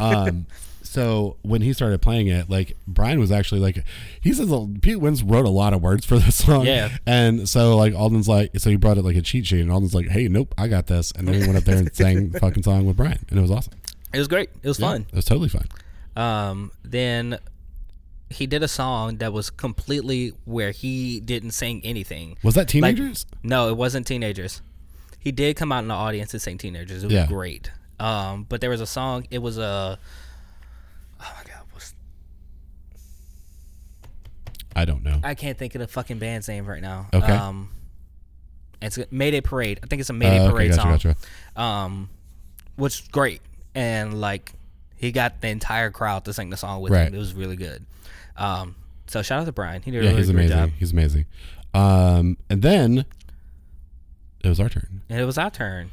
S1: um, so when he started playing it, like Brian was actually like, he says a- Pete Wins wrote a lot of words for this song.
S2: Yeah.
S1: And so like Alden's like, so he brought it like a cheat sheet, and Alden's like, hey, nope, I got this. And then he went up there and sang the fucking song with Brian, and it was awesome.
S2: It was great. It was
S1: Yeah,
S2: fun.
S1: it was totally fun.
S2: Um, then he did a song that was completely where he didn't sing anything.
S1: Was that teenagers?
S2: No, it wasn't teenagers. He did come out in the audience and sing teenagers. It was
S1: Yeah.
S2: great. Um, but there was a song. It was a. Oh my god, what's,
S1: I don't know.
S2: I can't think of the fucking band's name right now.
S1: Okay.
S2: Um, it's Mayday Parade. I think it's a Mayday
S1: Uh, okay,
S2: Parade
S1: gotcha,
S2: song.
S1: gotcha.
S2: um, which is great. And like, he got the entire crowd to sing the song with
S1: Right.
S2: him. It was really good. Um, so shout out to Brian. He did a
S1: Yeah,
S2: really
S1: he's
S2: good
S1: amazing.
S2: job.
S1: He's amazing. Um, and then it was our turn.
S2: And it was our turn.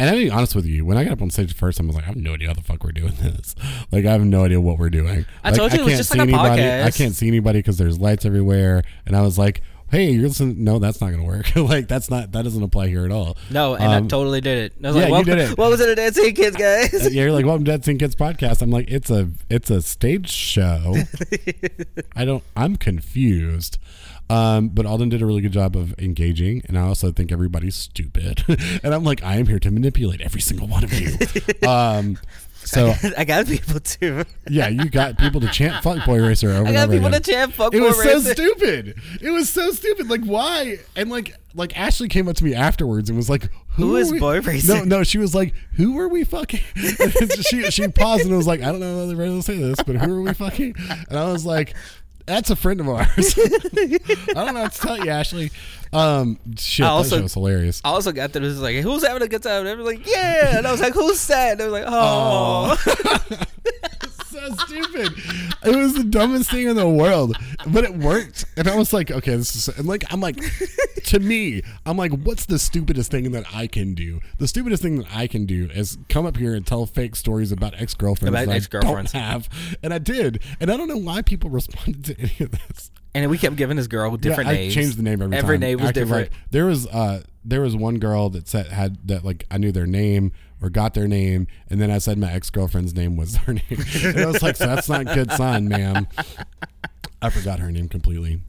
S1: And I'm being honest with you, when I got up on stage first, I was like, I have no idea how the fuck we're doing this. Like, I have no idea what we're doing.
S2: I
S1: Like,
S2: told you it was
S1: can't
S2: just
S1: see
S2: like a
S1: anybody.
S2: podcast.
S1: I can't see anybody because there's lights everywhere. And I was like, Hey, you're listening. No, that's not going to work. like, that's not that doesn't apply here at all.
S2: No, and I
S1: Um,
S2: totally did it. I was
S1: yeah,
S2: like,
S1: you
S2: welcome,
S1: did it.
S2: Welcome to the Dancing Kids, guys.
S1: Yeah, you're like, welcome to Dead Scene Kids podcast. I'm like, it's a it's a stage show. I don't. I'm confused. Um, but Alden did a really good job of engaging, and I also think everybody's stupid. and I'm like, I am here to manipulate every single one of you. um, so
S2: I got people too.
S1: yeah, you got people to chant "Fuckboy Racer" over
S2: I
S1: and
S2: got
S1: over
S2: people to
S1: again.
S2: chant fuck
S1: It was
S2: for
S1: so
S2: racism.
S1: stupid. It was so stupid. Like why? And like like Ashley came up to me afterwards and was like, "Who,
S2: Who
S1: are
S2: is
S1: we- No,
S2: boy racer?
S1: no. She was like, "Who are we fucking?" And she she paused and was like, "I don't know if I'm ready to say this, but who are we fucking?" And I was like. That's a friend of ours. I don't know what to tell you, Ashley. Um, shit,
S2: I also-
S1: that shit was hilarious.
S2: I also got there. It was like, who's having a good time? And they were like, yeah. And I was like, who's sad? And they were like, oh.
S1: so stupid. It was the dumbest thing in the world, but it worked. And I was like, okay, this is and like I'm like to me, I'm like what's the stupidest thing that I can do? The stupidest thing that I can do is come up here and tell fake stories about ex-girlfriends
S2: About
S1: that I
S2: ex-girlfriends.
S1: don't have. And I did. And I don't know why people responded to any of this.
S2: And we kept giving this girl different
S1: Yeah,
S2: names.
S1: I changed the name every, time.
S2: name was
S1: Acted
S2: different.
S1: Like, there was uh, there was one girl that said had that like I knew their name or got their name, and then I said my ex girlfriend's name was her name, and I was like, so that's not a good sign, ma'am. I forgot her name completely.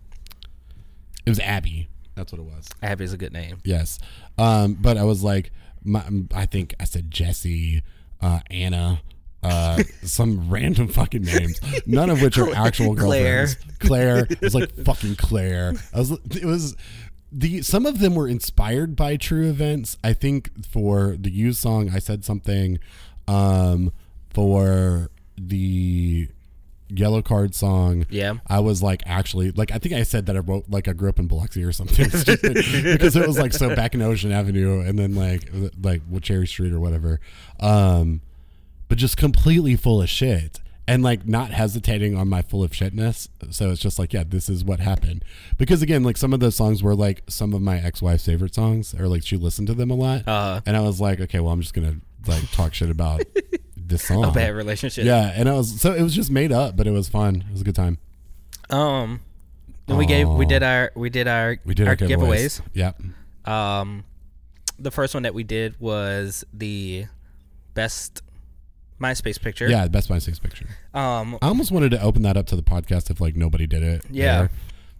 S1: It was Abby. That's what it was.
S2: Abby's a good name.
S1: Yes, um, but I was like, my, I think I said Jesse, uh, Anna. Uh, some random fucking names, none of which are actual
S2: Claire.
S1: girlfriends. Claire. It was like fucking Claire. I was. It was the some of them were inspired by true events. I think for the you song, I said something. Um, for the yellow card song,
S2: Yeah.
S1: I was like actually like I think I said that I wrote like I grew up in Biloxi or something stupid, because it was like so back in Ocean Avenue and then like like well, Cherry Street or whatever. Um, but just completely full of shit and like not hesitating on my full of shitness. So it's just like, yeah, this is what happened. Because again, like some of those songs were like some of my ex wife's favorite songs, or like she listened to them a lot.
S2: Uh,
S1: and I was like, okay, well, I'm just gonna like talk shit about this song.
S2: bad relationship.
S1: Oh. Yeah, and I was so it was just made up, but it was fun. It was a good time.
S2: Um. Then we gave we
S1: Aw.
S2: did our we did our
S1: We did
S2: our
S1: our giveaways. Yep.
S2: giveaways. Um, the first one that we did was the best MySpace picture.
S1: Yeah, the best MySpace picture.
S2: Um,
S1: I almost wanted to open that up to the podcast if like nobody did it.
S2: Yeah.
S1: there.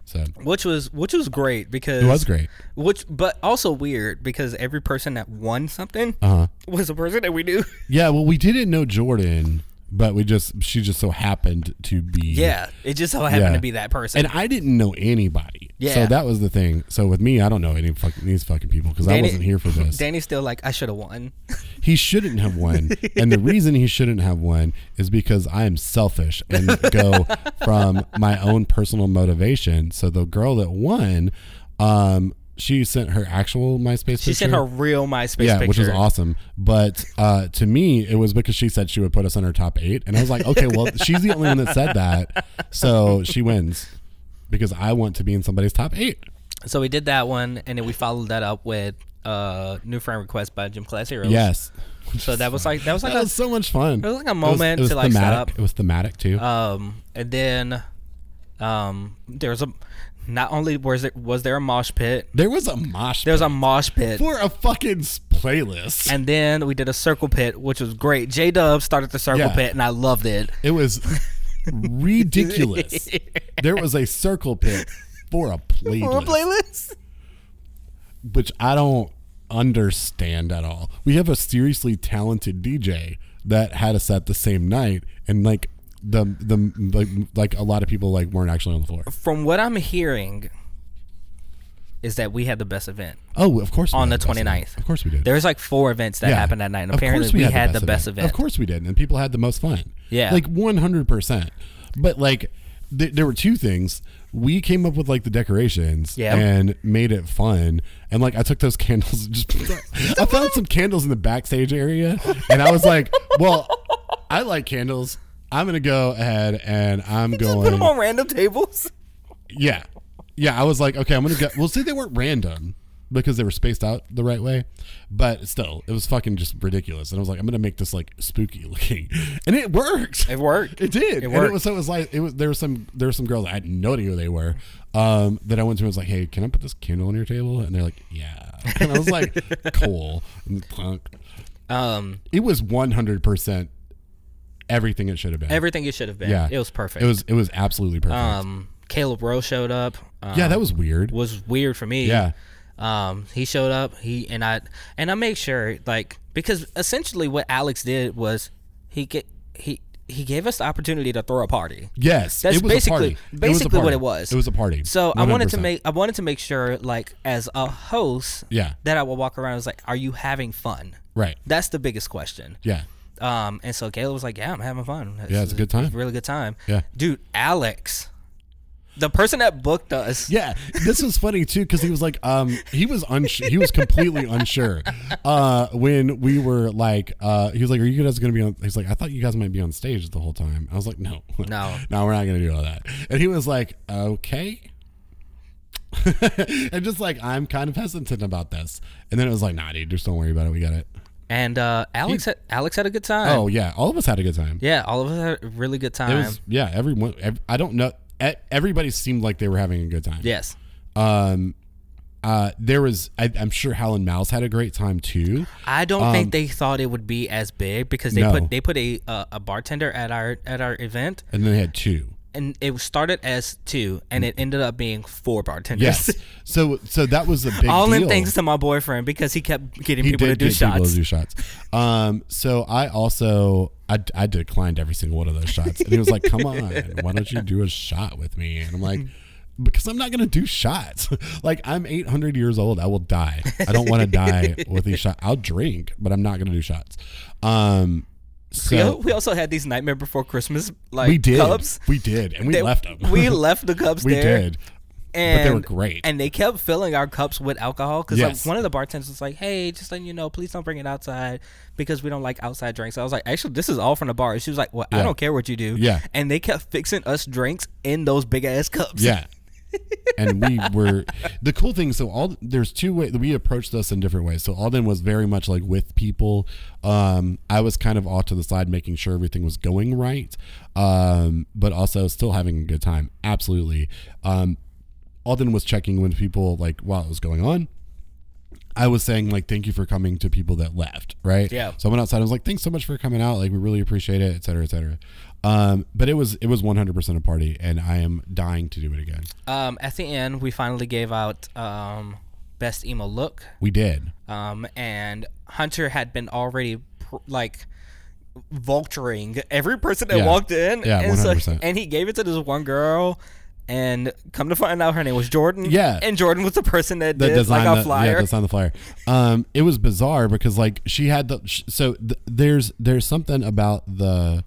S1: So
S2: which was which was great because
S1: it was great.
S2: Which, but also weird because every person that won something
S1: Uh huh.
S2: was a person that we knew.
S1: Yeah. Well, we didn't know Jordan, but we just she just so happened to be.
S2: Yeah, it just so happened
S1: Yeah.
S2: to be that person.
S1: And I didn't know anybody.
S2: Yeah.
S1: So that was the thing. So with me, I don't know any fucking these fucking people because I
S2: Danny-
S1: wasn't here for this.
S2: Danny's still like, I should have won.
S1: He shouldn't have one. and the reason he shouldn't have one is because I am selfish and go from my own personal motivation. So the girl that won, um, she sent her actual MySpace
S2: She
S1: picture.
S2: sent her real MySpace
S1: yeah,
S2: picture.
S1: which was awesome. But uh, to me, it was because she said she would put us in her top eight, and I was like, okay, well, she's the only one that said that, so she wins because I want to be in somebody's top eight.
S2: So we did that one, and then we followed that up with uh, new friend request by Gym Class Heroes.
S1: Yes,
S2: So that was like that was like
S1: that
S2: a,
S1: was so much fun. It
S2: was like a
S1: was-
S2: moment
S1: it was
S2: to, like, set
S1: thematic.
S2: up.
S1: It was thematic too.
S2: um, and then um, there was a not only was it was there a mosh pit,
S1: there was a mosh.
S2: there was a mosh pit,
S1: for a fucking s- playlist.
S2: and then we did a circle pit, which was great. J Dub started the circle
S1: Yeah.
S2: pit, and I loved it.
S1: it was ridiculous. there was a circle pit for a playlist,
S2: playlist.
S1: which I don't understand at all. We have a seriously talented DJ that had us at the same night, and like the the like, like a lot of people like weren't actually on the floor.
S2: From what I'm hearing, is that we had the best event.
S1: Oh, of course we
S2: On
S1: had
S2: the
S1: best event.
S2: 29th.
S1: Of course we did.
S2: There was like four events that
S1: Yeah.
S2: happened that night, and
S1: Of
S2: apparently
S1: course
S2: we, had the best event.
S1: Of course we did, and people had the most fun.
S2: Yeah.
S1: like one hundred percent. But like, th- there were two things. We came up with like the decorations,
S2: Yeah.
S1: and made it fun. And like, I took those candles. And just I found some candles in the backstage area, and I was like, "Well, I like candles. I'm gonna go ahead and I'm
S2: Just
S1: going."
S2: put them on random tables.
S1: Yeah. Yeah, I was like, okay, I'm gonna go. Well, see, they weren't random because they were spaced out the right way, but still, it was fucking just ridiculous. And I was like, I'm gonna make this like spooky looking, and it worked.
S2: It worked.
S1: It did.
S2: It
S1: and
S2: worked.
S1: it was so it was like it was there was some there was some girls I had no idea who they were. Um, that I went to and was like, hey, can I put this candle on your table? And they're like, yeah. And I was like, cool. And plunk.
S2: Um,
S1: It was 100 percent everything it should have been.
S2: everything it should have been.
S1: Yeah.
S2: it was perfect.
S1: it was it was absolutely perfect.
S2: Um, Caleb Rowe showed up. Um,
S1: yeah, that was weird.
S2: was weird for me.
S1: Yeah.
S2: Um, he showed up. He and I and I make sure like because essentially what Alex did was he get he he gave us the opportunity to throw a party.
S1: Yes,
S2: That's
S1: it was
S2: basically-
S1: a party. It was a
S2: basically what
S1: party.
S2: it was.
S1: It was a party.
S2: So I wanted to
S1: 100%.
S2: make I wanted to make sure like as a host
S1: Yeah.
S2: that I would walk around and was like, are you having fun?
S1: right.
S2: That's the biggest question.
S1: Yeah,
S2: Um, and so Caleb was like, "Yeah, I'm having fun.
S1: Yeah, it's a good time.
S2: a really good time."
S1: Yeah.
S2: dude, Alex, the person that booked us,
S1: yeah. This was funny too because he was like, um, he was unsure. He was completely unsure uh, when we were like, uh, he was like, "Are you guys going to be on?" He's like, "I thought you guys might be on stage the whole time." I was like, "No,
S2: No.
S1: no, we're not going to do all that." And he was like, "Okay." and just like I'm kind of hesitant about this, and then it was like, "Nah, dude, just don't worry about it. We got it."
S2: and uh, Alex, had, Alex had a good time.
S1: Oh yeah, all of us had a good time.
S2: yeah, all of us had a really good
S1: It
S2: time.
S1: was yeah. Everyone, ev- I don't know. e- Everybody seemed like they were having a good time.
S2: yes,
S1: Um, uh, there was. I, I'm sure Helen Mouse had a great time too.
S2: I don't think they thought it would be as big because they
S1: Um, No.
S2: put they put a uh, a bartender at our at our event,
S1: And then they had two.
S2: and it started as two, and it ended up being four bartenders.
S1: Yes. so so that was a big
S2: all
S1: deal.
S2: in thanks to my boyfriend because he kept getting
S1: He
S2: people to
S1: did
S2: do
S1: get people to
S2: shots.
S1: do shots. Um, so I also I, I declined every single one of those shots, and he was like, "Come on, why don't you do a shot with me?" And I'm like. Because I'm not gonna do shots. like I'm 800 years old, I will die. I don't want to die with these shots. I'll drink, but I'm not gonna do shots. Um, so
S2: We al- we also had these Nightmare Before Christmas like
S1: we did,
S2: cups.
S1: we did, and we
S2: that-
S1: left them.
S2: we left the cups
S1: we
S2: there.
S1: did.
S2: And,
S1: they were great.
S2: And they kept filling our cups with alcohol because
S1: Yes.
S2: like one of the bartenders was like, "Hey, just letting you know, please don't bring it outside because we don't like outside drinks." I was like, "Actually, this is all from the bar." And she was like, "Well, I
S1: Yeah.
S2: don't care what you do."
S1: Yeah.
S2: And they kept fixing us drinks in those big ass cups.
S1: Yeah. and we were the cool thing. So all there's two ways we approached this in different ways. So Alden was very much like with people. Um, I was kind of off to the side, making sure everything was going right, um, but also still having a good time. Absolutely. Um, Alden was checking when people like while it was going on. I was saying like thank you for coming to people that left, right?
S2: Yeah.
S1: So I went outside. I was like, thanks so much for coming out. Like we really appreciate it, et cetera, et cetera. Um, but it was it was 100 percent a party, and I am dying to do it again.
S2: Um, at the end, we finally gave out um, best emo look,
S1: We did.
S2: um, and Hunter had been already pr- like vulturing every person that
S1: Yeah.
S2: walked in,
S1: Yeah,
S2: and, so-
S1: 100%.
S2: and he gave it to this one girl. And come to find out, her name was Jordan.
S1: Yeah.
S2: and Jordan was the person that,
S1: that
S2: did
S1: designed
S2: like our
S1: the,
S2: flyer.
S1: Yeah, designed the flyer. Um, it was bizarre because like she had the sh- so th- there's there's something about the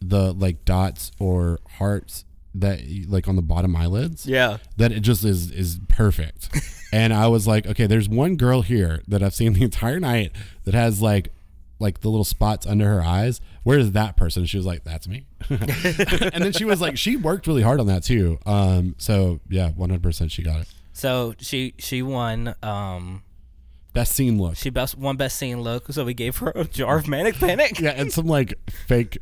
S1: the like dots or hearts that you- like on the bottom eyelids
S2: Yeah.
S1: that it just is is perfect. and I was like, okay, there's one girl here that I've seen the entire night that has like like the little spots under her eyes. Where is that person? She was like, that's me. and then she was like, she worked really hard on that too. Um, so yeah, 100% she got it.
S2: So she she won. Um,
S1: Best scene look.
S2: she best won best scene look. So we gave her a jar of manic panic.
S1: Yeah, and some like fake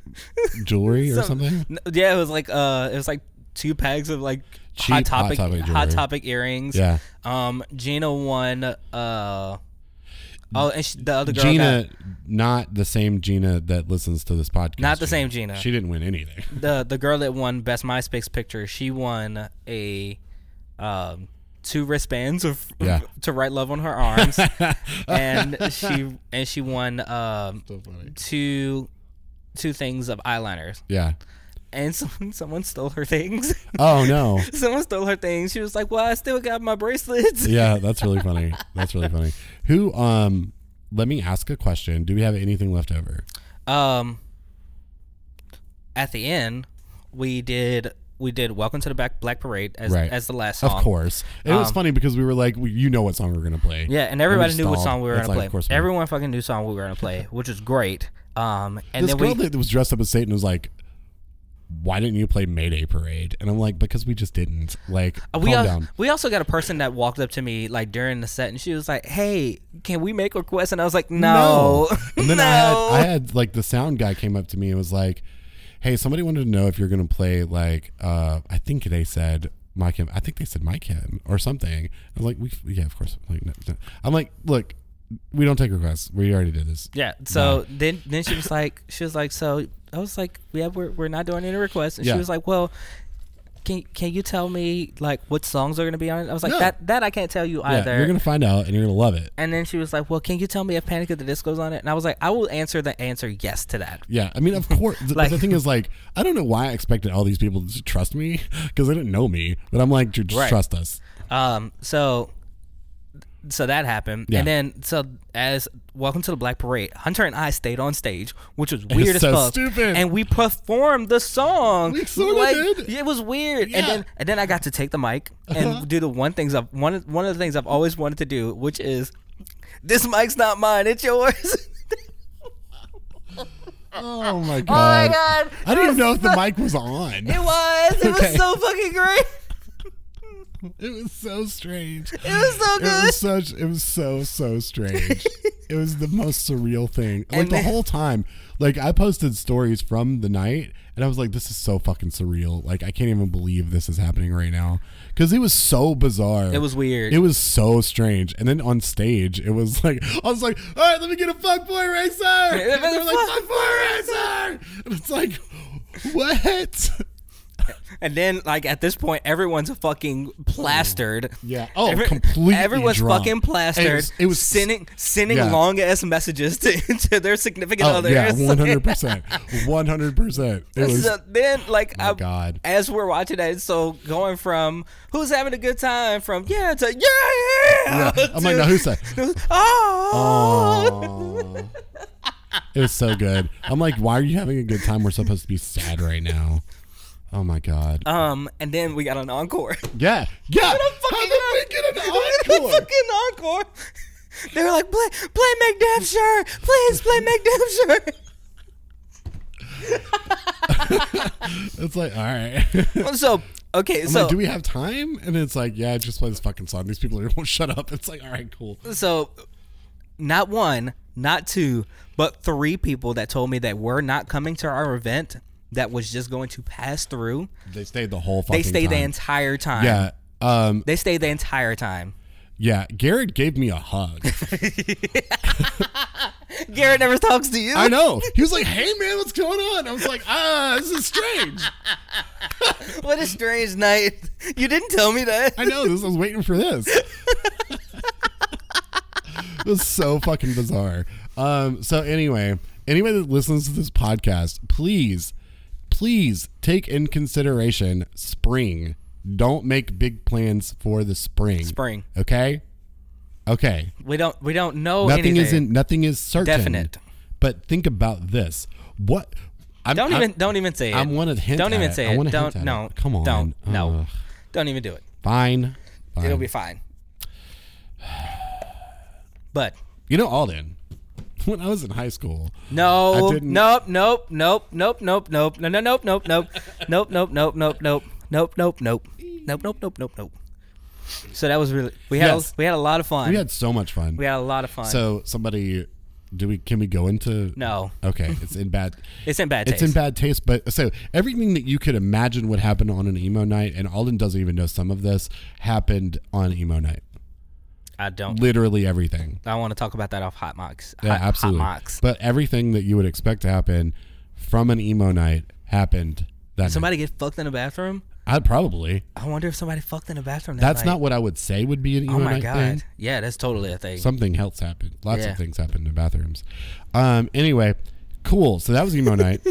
S1: jewelry or
S2: Some-
S1: something.
S2: N- Yeah, it was like uh, it was like two packs of like hot
S1: Cheap Hot
S2: topic hot
S1: Topic
S2: topic,
S1: jewelry.
S2: earrings.
S1: Yeah.
S2: Um, Gina won. Uh, oh, and she, the other girl
S1: Gina,
S2: got
S1: not the same Gina that listens to this podcast.
S2: not the same Gina.
S1: She didn't win anything.
S2: the the girl that won best MySpace picture. She won a um two wristbands of
S1: Yeah.
S2: to write love on her arms, and she and she won um two two things of eyeliners
S1: Yeah.
S2: and some, someone stole her things
S1: Oh no.
S2: someone stole her things she was like well i still got my bracelets
S1: Yeah, that's really funny. That's really funny. Who um let me ask a question. Do we have anything left over?
S2: um at the end we did we did welcome to the back black parade as,
S1: Right.
S2: as the last
S1: Of
S2: song
S1: course. It was funny because we were like, we, you know what song we're gonna play.
S2: um, yeah and everybody
S1: we
S2: knew what
S1: stalled.
S2: song we were
S1: That's
S2: gonna
S1: like, of
S2: play
S1: course we-
S2: everyone fucking knew song we were gonna play which was great um and
S1: this
S2: then we
S1: girl that was dressed up as Satan was like, "Why didn't you play Mayday Parade?" And I'm like, "Because we just didn't." Like,
S2: Uh,
S1: calm
S2: we, al-
S1: down.
S2: we also got a person that walked up to me like during the set and she was like, Hey, can we make requests? And I was like, No.
S1: And then
S2: no.
S1: I had I had like the sound guy came up to me and was like, "Hey, somebody wanted to know if you're gonna play like uh I think they said my Chem- I think they said my Chem or something." I was like, "We yeah, of course." I'm like, no, no. I'm like, "Look, we don't take requests. We already did this."
S2: yeah. So then then she was like she was like, So I was like, Yeah, we're we're not doing any requests. And
S1: Yeah.
S2: she was like, Well, can can you tell me like what songs are gonna be on it? I was like,
S1: No.
S2: That that I can't tell you
S1: Yeah,
S2: either.
S1: you're gonna find out and you're gonna love it.
S2: and then she was like, Well, can you tell me if Panic at the Disco's on it? And I was like, I will answer the answer yes to that.
S1: Yeah, I mean, of course. th-
S2: Like-
S1: but the thing is, like, I don't know why I expected all these people to trust me because they didn't know me. But I'm like, just
S2: Right.
S1: trust us.
S2: Um, so so that happened.
S1: Yeah.
S2: And then so as Welcome to the Black Parade, Hunter and I stayed on stage, which was weird as
S1: so
S2: fuck.
S1: stupid.
S2: And we performed the song.
S1: We sorta did.
S2: It was weird.
S1: Yeah. Uh-huh.
S2: And then and then I got to take the mic and do the one things I've one of- one of the things I've always wanted to do, which is this mic's not mine, it's yours.
S1: Oh my god!
S2: my God.
S1: I didn't even know if the mic was on.
S2: it was. It
S1: Okay.
S2: was so fucking great.
S1: It was so strange. It
S2: was so
S1: It
S2: good.
S1: was such. It was so so strange. it was the most surreal thing. Like
S2: And
S1: the
S2: then-
S1: whole time. Like I posted stories from the night, and I was like, "This is so fucking surreal. Like I can't even believe this is happening right now." Because it was so bizarre.
S2: It was weird.
S1: It was so strange. And then on stage, it was like I was like, "All right, let me get a fuckboy racer." And they were like, "Fuckboy racer," and it's like, what?
S2: And then, like at this point, everyone's fucking plastered.
S1: Yeah. Oh, completely
S2: Everyone's
S1: drunk.
S2: fucking plastered.
S1: It was- it was-
S2: sending sending
S1: yeah.
S2: long ass messages to, to their significant
S1: Oh,
S2: others.
S1: yeah, one hundred percent, one hundred percent. It was
S2: So then, like, I,
S1: God.
S2: as we're watching that, so going from who's having a good time from yeah to yeah.
S1: Yeah. I'm like,
S2: to-
S1: now who's that?
S2: Oh.
S1: Aw. it was so good. I'm like, why are you having a good time? We're supposed to be sad right now. Oh my god.
S2: Um, and then we got an encore.
S1: yeah. Yeah. How
S2: fucking
S1: did we get an encore?
S2: fucking encore. They were like, play, play McDampshire. Please play McDampshire.
S1: It's like, all right.
S2: So, okay,
S1: I'm
S2: so
S1: like, do we have time? And it's like, yeah, just play this fucking song. These people are won't shut up. It's like, all right, cool.
S2: so not one, not two, but three people that told me that were not coming to our event that was just going to pass through.
S1: They stayed the whole fucking
S2: They stayed the
S1: time.
S2: entire time.
S1: Yeah. Um,
S2: They stayed the entire time.
S1: Yeah, Garrett gave me a hug.
S2: Garrett never talks to you.
S1: I know. He was like, "Hey man, what's going on?" I was like, "Ah, this is strange."
S2: What a strange night. You didn't tell me that.
S1: I know. This I was waiting for this. it was so fucking bizarre. Um, so anyway, anybody that listens to this podcast, please, please take in consideration spring. Don't make big plans for the spring.
S2: Spring.
S1: Okay. Okay.
S2: We don't. We don't know
S1: Nothing
S2: anything.
S1: isn't. Nothing is certain.
S2: Definite.
S1: But think about this. What? I'm,
S2: Don't
S1: I'm-
S2: even. Don't even say it.
S1: I'm wanna hint
S2: Don't
S1: at
S2: even
S1: it.
S2: say
S1: I
S2: it.
S1: wanna
S2: don't.
S1: hint at
S2: no.
S1: it. Come on.
S2: Don't. No.
S1: Ugh.
S2: Don't even do it.
S1: Fine.
S2: It'll
S1: Fine.
S2: be fine. But
S1: You know, Alden, when I was in high school,
S2: no.
S1: I
S2: Nope.
S1: didn't-
S2: Nope. Nope. Nope. Nope. Nope. Nope. No. No. Nope. Nope. Nope. nope. Nope. Nope. Nope. Nope. Nope. Nope. Nope. Nope. Nope. Nope. Nope. Nope. So that was really. We had.
S1: Yes.
S2: A, we had a lot of fun.
S1: we had so much fun.
S2: We had a lot of fun.
S1: so somebody, do we? Can we go into?
S2: no.
S1: Okay, it's in bad.
S2: It's in bad
S1: It's
S2: taste.
S1: in bad taste, but so everything that you could imagine would happen on an emo night, and Alden doesn't even know some of this happened on emo night.
S2: I don't.
S1: Literally everything.
S2: I want to talk about that off Hot Mocks.
S1: Yeah,
S2: hot,
S1: absolutely.
S2: Hot Mocks.
S1: But everything that you would expect to happen from an emo night happened that night.
S2: Somebody get fucked in the bathroom.
S1: I'd probably.
S2: I wonder if somebody fucked in the bathroom. That
S1: That's
S2: night.
S1: not what I would say would be an emo
S2: Oh my
S1: night
S2: god.
S1: thing.
S2: Yeah, that's totally a thing.
S1: something else happened. Lots
S2: Yeah.
S1: of things happened in bathrooms. Um, anyway, cool. So that was emo night.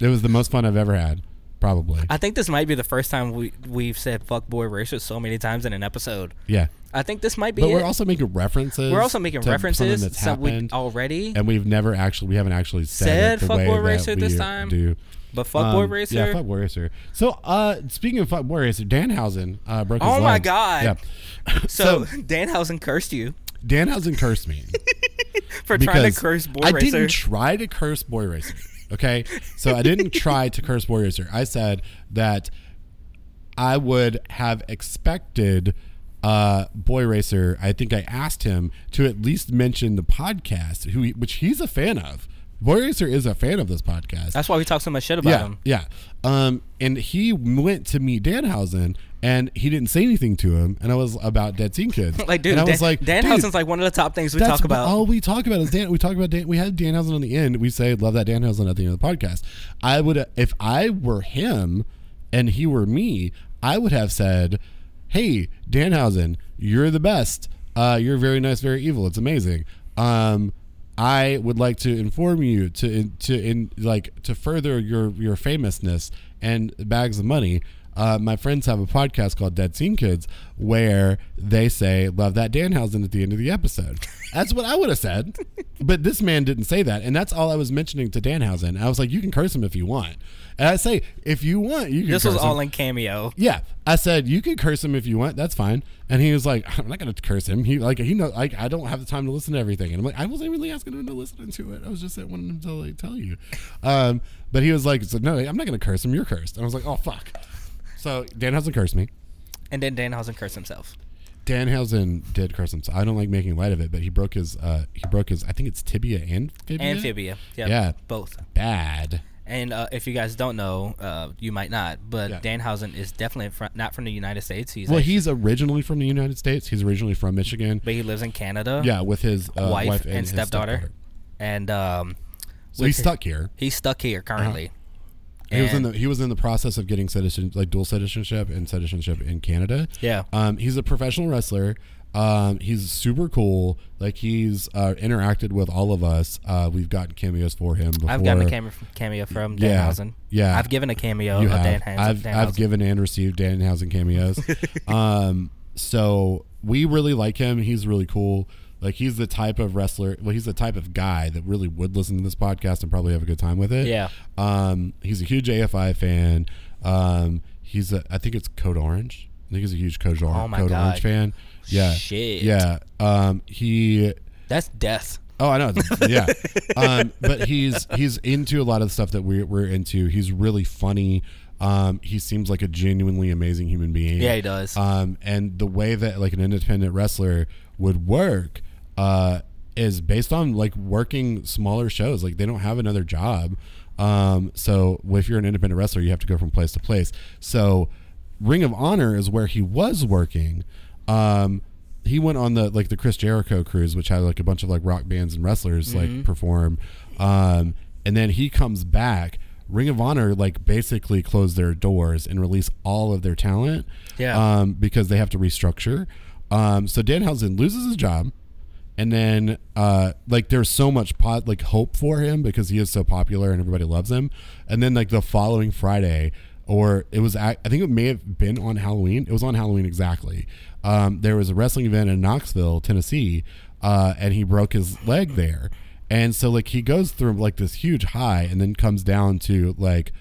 S1: It was the most fun I've ever had, probably.
S2: I think this might be the first time we we've said fuck boy racist so many times in an episode.
S1: yeah,
S2: I think this might be.
S1: but
S2: it.
S1: we're also making references.
S2: We're also making
S1: to
S2: references
S1: something that's
S2: so we-
S1: happened,
S2: already.
S1: and we've never actually we haven't actually said,
S2: Said
S1: it the
S2: fuck
S1: way
S2: boy
S1: that
S2: racer
S1: we
S2: this time.
S1: Do
S2: but fuck boy
S1: Um,
S2: racer.
S1: Yeah, fuck boy racer. So uh, speaking of fuck boy racer, Danhausen uh, broke his
S2: Oh my
S1: legs.
S2: God.
S1: Yeah.
S2: so, Danhausen cursed you
S1: Danhausen cursed me.
S2: for trying to curse boy
S1: I
S2: racer.
S1: didn't try to curse boy racer. Okay, so I didn't try to curse boy racer. I said that I would have expected uh, boy racer. I think I asked him to at least mention the podcast, who he, which he's a fan of. Boy racer is a fan of this podcast.
S2: That's why we talk so much shit about
S1: yeah,
S2: him.
S1: yeah. Um, and he went to meet Danhausen, and he didn't say anything to him. And I was about dead teen kids.
S2: Like dude,
S1: and I
S2: Dan,
S1: was like, dude,
S2: Danhausen's like one of the top things we
S1: that's
S2: talk
S1: about-
S2: about.
S1: all we talk about is Dan. We talk about Dan. We had Danhausen on the end. We say love that Danhausen at the end of the podcast. I would if I were him and he were me. I would have said, "Hey Danhausen, you're the best. Uh, you're very nice, very evil. It's amazing. Um, I would like to inform you to to in like to further your your famousness and bags of money." Uh, my friends have a podcast called Dead Scene Kids where they say, Love that Danhausen at the end of the episode. That's what I would have said. But this man didn't say that. And that's all I was mentioning to Danhausen. I was like, You can curse him if you want. And I say, If you want, you can
S2: this
S1: curse
S2: was all
S1: him.
S2: in cameo.
S1: Yeah, I said you can curse him if you want. That's fine. And he was like, I'm not gonna curse him. He like he know like I don't have the time to listen to everything. And I'm like, I wasn't really asking him to listen to it. I was just wanting him to like tell you. Um, but he was like, so, no, I'm not gonna curse him. You're cursed. And I was like, oh fuck. So Danhausen cursed me.
S2: And then Danhausen cursed himself.
S1: Danhausen did curse him. So I don't like making light of it, but he broke his uh he broke his I think it's tibia and fibia.
S2: Amphibia. Yep,
S1: Mm-hmm. Yeah.
S2: Both.
S1: Bad.
S2: And uh, if you guys don't know, uh, you might not, but
S1: Yeah.
S2: Danhausen is definitely fr- not from the United States. He's
S1: Well,
S2: actually-
S1: he's originally from the United States. He's originally from Michigan.
S2: but he lives in Canada.
S1: Yeah, with his uh,
S2: wife,
S1: wife,
S2: and,
S1: his
S2: stepdaughter. and um,
S1: So he's stuck here.
S2: he's stuck here currently.
S1: Uh-huh. He was in
S2: And-
S1: the he was in the process of getting citizen like dual citizenship and citizenship in Canada.
S2: Yeah.
S1: Um, he's a professional wrestler. Um, he's super cool. Like he's uh, interacted with all of us. Uh, we've gotten cameos for him. Before.
S2: I've gotten a cameo from, cameo from
S1: Yeah,
S2: Danhausen.
S1: yeah.
S2: I've given a cameo
S1: You
S2: of
S1: have.
S2: uh, Dan
S1: I've
S2: Danhausen.
S1: I've given and received Danhausen cameos. um, so we really like him. He's really cool. Like he's the type of wrestler. Well, he's the type of guy that really would listen to this podcast and probably have a good time with it.
S2: Yeah.
S1: Um, he's a huge AFI fan. Um, he's a I think it's Code Orange. I think he's a huge Code, Or-
S2: Oh my
S1: Code
S2: God.
S1: Orange fan. Yeah.
S2: Shit.
S1: Yeah. Um, he
S2: That's death.
S1: Oh, I know. It's- Yeah, um, but he's he's into a lot of the stuff that we're we're into. He's really funny. Um, he seems like a genuinely amazing human being.
S2: Yeah, he does.
S1: Um, and the way that like an independent wrestler would work uh, is based on like working smaller shows. Like they don't have another job. Um, so if you're an independent wrestler, you have to go from place to place. So Ring of Honor is where he was working. Um, he went on the like the Chris Jericho cruise, which had like a bunch of like rock bands and wrestlers
S2: Mm-hmm.
S1: like perform, um, and then he comes back. Ring of Honor like basically closed their doors and release all of their talent,
S2: Yeah.
S1: um, because they have to restructure. Um, so Danhausen loses his job, and then uh, like there's so much pot like hope for him because he is so popular and everybody loves him. And then like the following Friday, or it was ac- I think it may have been on Halloween. It was on Halloween exactly. Um, there was a wrestling event in Knoxville, Tennessee, uh, and he broke his leg there. And so like he goes through like this huge high and then comes down to like,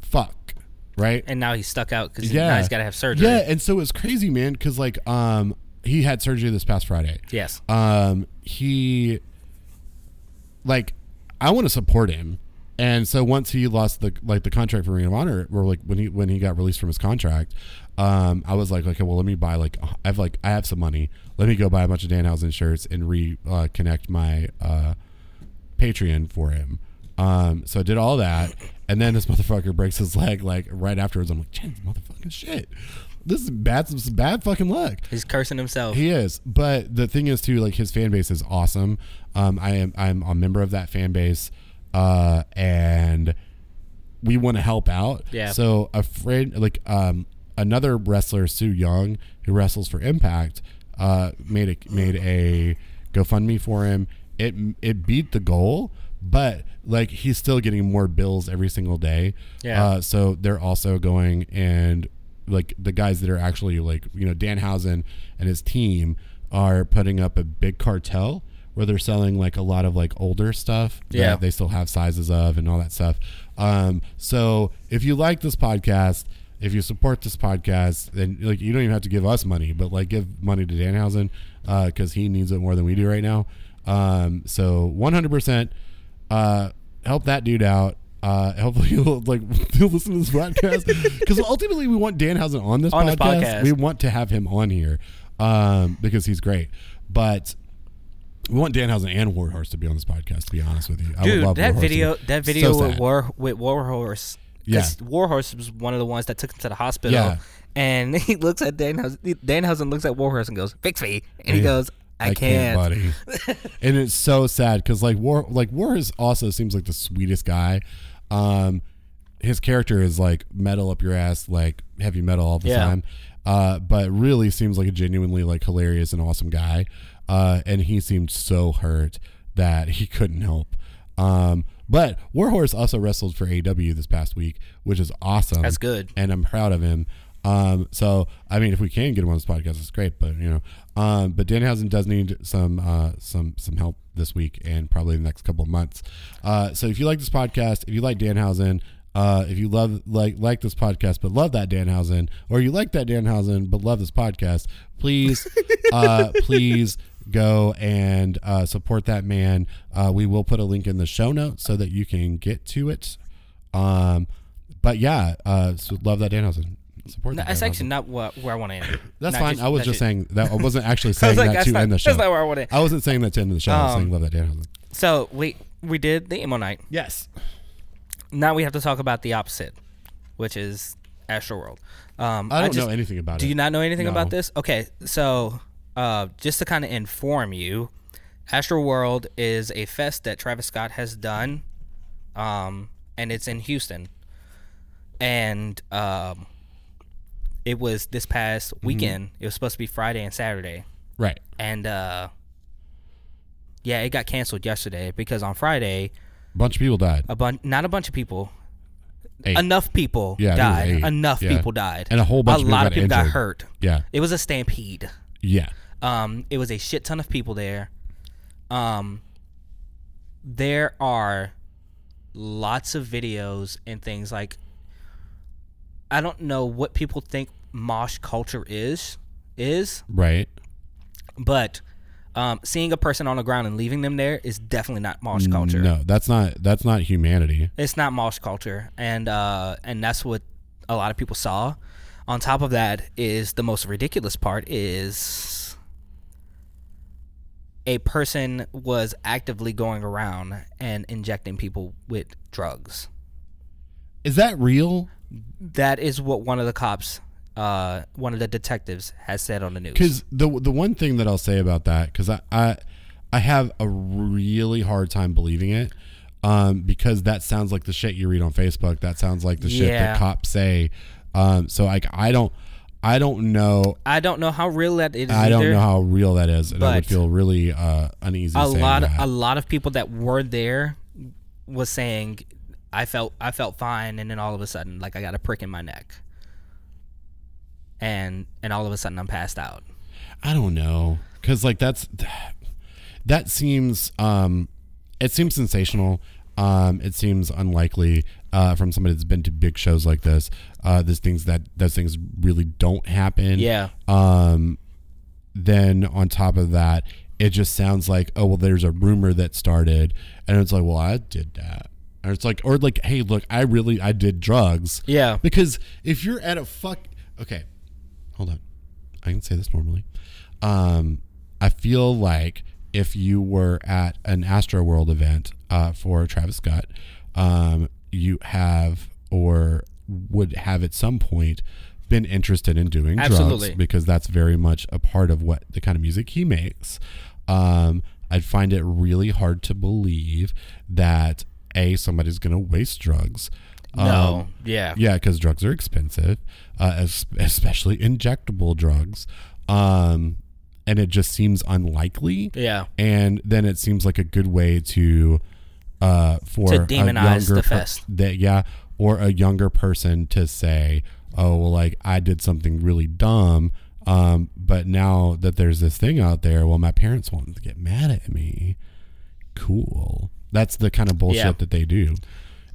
S1: fuck, right?
S2: and now he's stuck out because
S1: yeah,
S2: now he's got to have surgery.
S1: Yeah, and so it's crazy, man, because like um he had surgery this past Friday.
S2: Yes.
S1: Um, he like I want to support him, and so once he lost the like the contract for Ring of Honor, or like when he when he got released from his contract, um, I was like, okay, well, let me buy like I have like I have some money, let me go buy a bunch of Danhausen shirts and reconnect uh, connect my uh Patreon for him. Um, so I did all that, and then this motherfucker breaks his leg like right afterwards. I'm like, Jen, motherfucking shit. This is bad. This is bad fucking luck.
S2: He's cursing himself.
S1: He is, but the thing is too, like his fan base is awesome. Um, I am I'm a member of that fan base, uh, and we want to help out.
S2: Yeah.
S1: So a friend, like um, another wrestler, Sue Young, who wrestles for Impact, uh, made a made a GoFundMe for him. It it beat the goal, but like he's still getting more bills every single day.
S2: Yeah.
S1: Uh, so they're also going and like the guys that are actually like you know Danhausen and his team are putting up a big cartel where they're selling like a lot of like older stuff that
S2: Yeah.
S1: they still have sizes of and all that stuff. Um, so if you like this podcast, if you support this podcast, then like you don't even have to give us money, but like give money to Danhausen because he needs it more than we do right now. Um, so 100 percent uh, help that dude out. Uh, hopefully he'll like he'll listen to this podcast because ultimately we want Danhausen on this
S2: On this
S1: podcast.
S2: podcast.
S1: We want to have him on here um, because he's great. But we want Danhausen and Warhorse to be on this podcast. To be honest with you, I would
S2: Dude,
S1: love
S2: that
S1: Warhorse to
S2: video,
S1: be-
S2: that video
S1: so
S2: with
S1: sad.
S2: War with Warhorse.
S1: Yeah.
S2: Because Warhorse was one of the ones that took him to the hospital.
S1: Yeah.
S2: And he looks at Danhausen. Danhausen looks at Warhorse and goes, "Fix me," and he
S1: Yeah.
S2: goes, "I, can't."
S1: buddy. and it's so sad because like War, like Warhorse also seems like the sweetest guy. Um, his character is like metal up your ass, like heavy metal all the
S2: Yeah.
S1: time. Uh, but really seems like a genuinely like hilarious and awesome guy. Uh, and he seemed so hurt that he couldn't help. Um, but Warhorse also wrestled for AW this past week, which is awesome.
S2: That's good.
S1: Um, And I'm proud of him. Um, so I mean, if we can get him on this podcast, it's great. But you know, um, but Danhausen does need some uh, some some help this week and probably the next couple of months. Uh, so if you like this podcast, if you like Danhausen, uh, if you love like like this podcast but love that Danhausen, or you like that Danhausen but love this podcast, please, uh, please go and uh, support that man. Uh, we will put a link in the show notes so that you can get to it. Um, but yeah, uh, so love that Danhausen. Support
S2: No,
S1: that.
S2: that's
S1: Danhausen.
S2: actually not what, where I want to end.
S1: that's
S2: Not
S1: fine. I was
S2: that
S1: just
S2: shit.
S1: saying that I wasn't actually
S2: I
S1: saying
S2: was like,
S1: that
S2: that's
S1: to
S2: not,
S1: end the show. Uh,
S2: That's not where I want to end.
S1: I wasn't saying that to end the show. I was
S2: Um,
S1: saying love that Danhausen.
S2: So we we did the emo night.
S1: Yes.
S2: Now we have to talk about the opposite, which is Astro World. Um,
S1: I don't
S2: just-
S1: know anything about
S2: Do
S1: it.
S2: you not know anything about
S1: No.
S2: this? Okay, so uh, just to kind of inform you, Astro World is a fest that Travis Scott has done, um, and it's in Houston, and um, it was this past
S1: Mm-hmm.
S2: weekend. It was supposed to be Friday and Saturday,
S1: Right.
S2: and uh, yeah, it got canceled yesterday because on Friday
S1: bunch of people died.
S2: a bunch not a bunch of people
S1: Eight.
S2: enough people
S1: Yeah, I think it was
S2: died
S1: eight.
S2: enough
S1: Yeah.
S2: people died
S1: And a whole bunch
S2: a
S1: of people
S2: lot
S1: got
S2: of people got
S1: injured.
S2: hurt
S1: Yeah.
S2: it was a stampede
S1: Yeah.
S2: um it was a shit ton of people there um there are lots of videos and things like i don't know what people think mosh culture is is
S1: Right.
S2: but um, seeing a person on the ground and leaving them there is definitely not mosh culture
S1: No, that's not that's not humanity.
S2: it's not mosh culture and uh and that's what a lot of people saw on top of that is the most ridiculous part is a person was actively going around and injecting people with drugs
S1: Is that real?
S2: that is what one of the cops uh, one of the detectives has said on the news.
S1: Because the the one thing that I'll say about that, because I, I I have a really hard time believing it, um, because that sounds like the shit you read on Facebook. That sounds like the shit
S2: Yeah.
S1: that cops say. Um, so like I don't I don't know
S2: I don't know how real that it is.
S1: I don't
S2: either.
S1: know how real that is, and I would
S2: But-
S1: feel really uh, uneasy.
S2: a
S1: saying
S2: lot
S1: that.
S2: a lot of people that were there was saying I felt I felt fine and then all of a sudden like I got a prick in my neck. And and all of a sudden I'm passed out.
S1: I don't know because like that's that seems um it seems sensational um it seems unlikely uh from somebody that's been to big shows like this uh there's things that those things really don't happen
S2: Yeah.
S1: um then on top of that it just sounds like oh well there's a rumor that started and it's like well I did that or it's like or like hey look I really I did drugs
S2: Yeah.
S1: because if you're at a fuck, okay, hold on, I can say this normally. Um, I feel like if you were at an Astro World event uh, for Travis Scott, um, you have or would have at some point been interested in doing
S2: Absolutely.
S1: drugs because that's very much a part of what the kind of music he makes. Um, I'd find it really hard to believe that a somebody's going to waste drugs. Um,
S2: No. yeah.
S1: Yeah, because drugs are expensive, uh, es- especially injectable drugs. Um, and it just seems unlikely.
S2: Yeah.
S1: And then it seems like a good way to, uh, for
S2: To
S1: a
S2: demonize
S1: younger
S2: the
S1: per-
S2: fest.
S1: that yeah, or a younger person to say, oh, well, like I did something really dumb. Um, but now that there's this thing out there, well, my parents want to get mad at me. Cool. That's the kind of bullshit
S2: Yeah.
S1: that they do.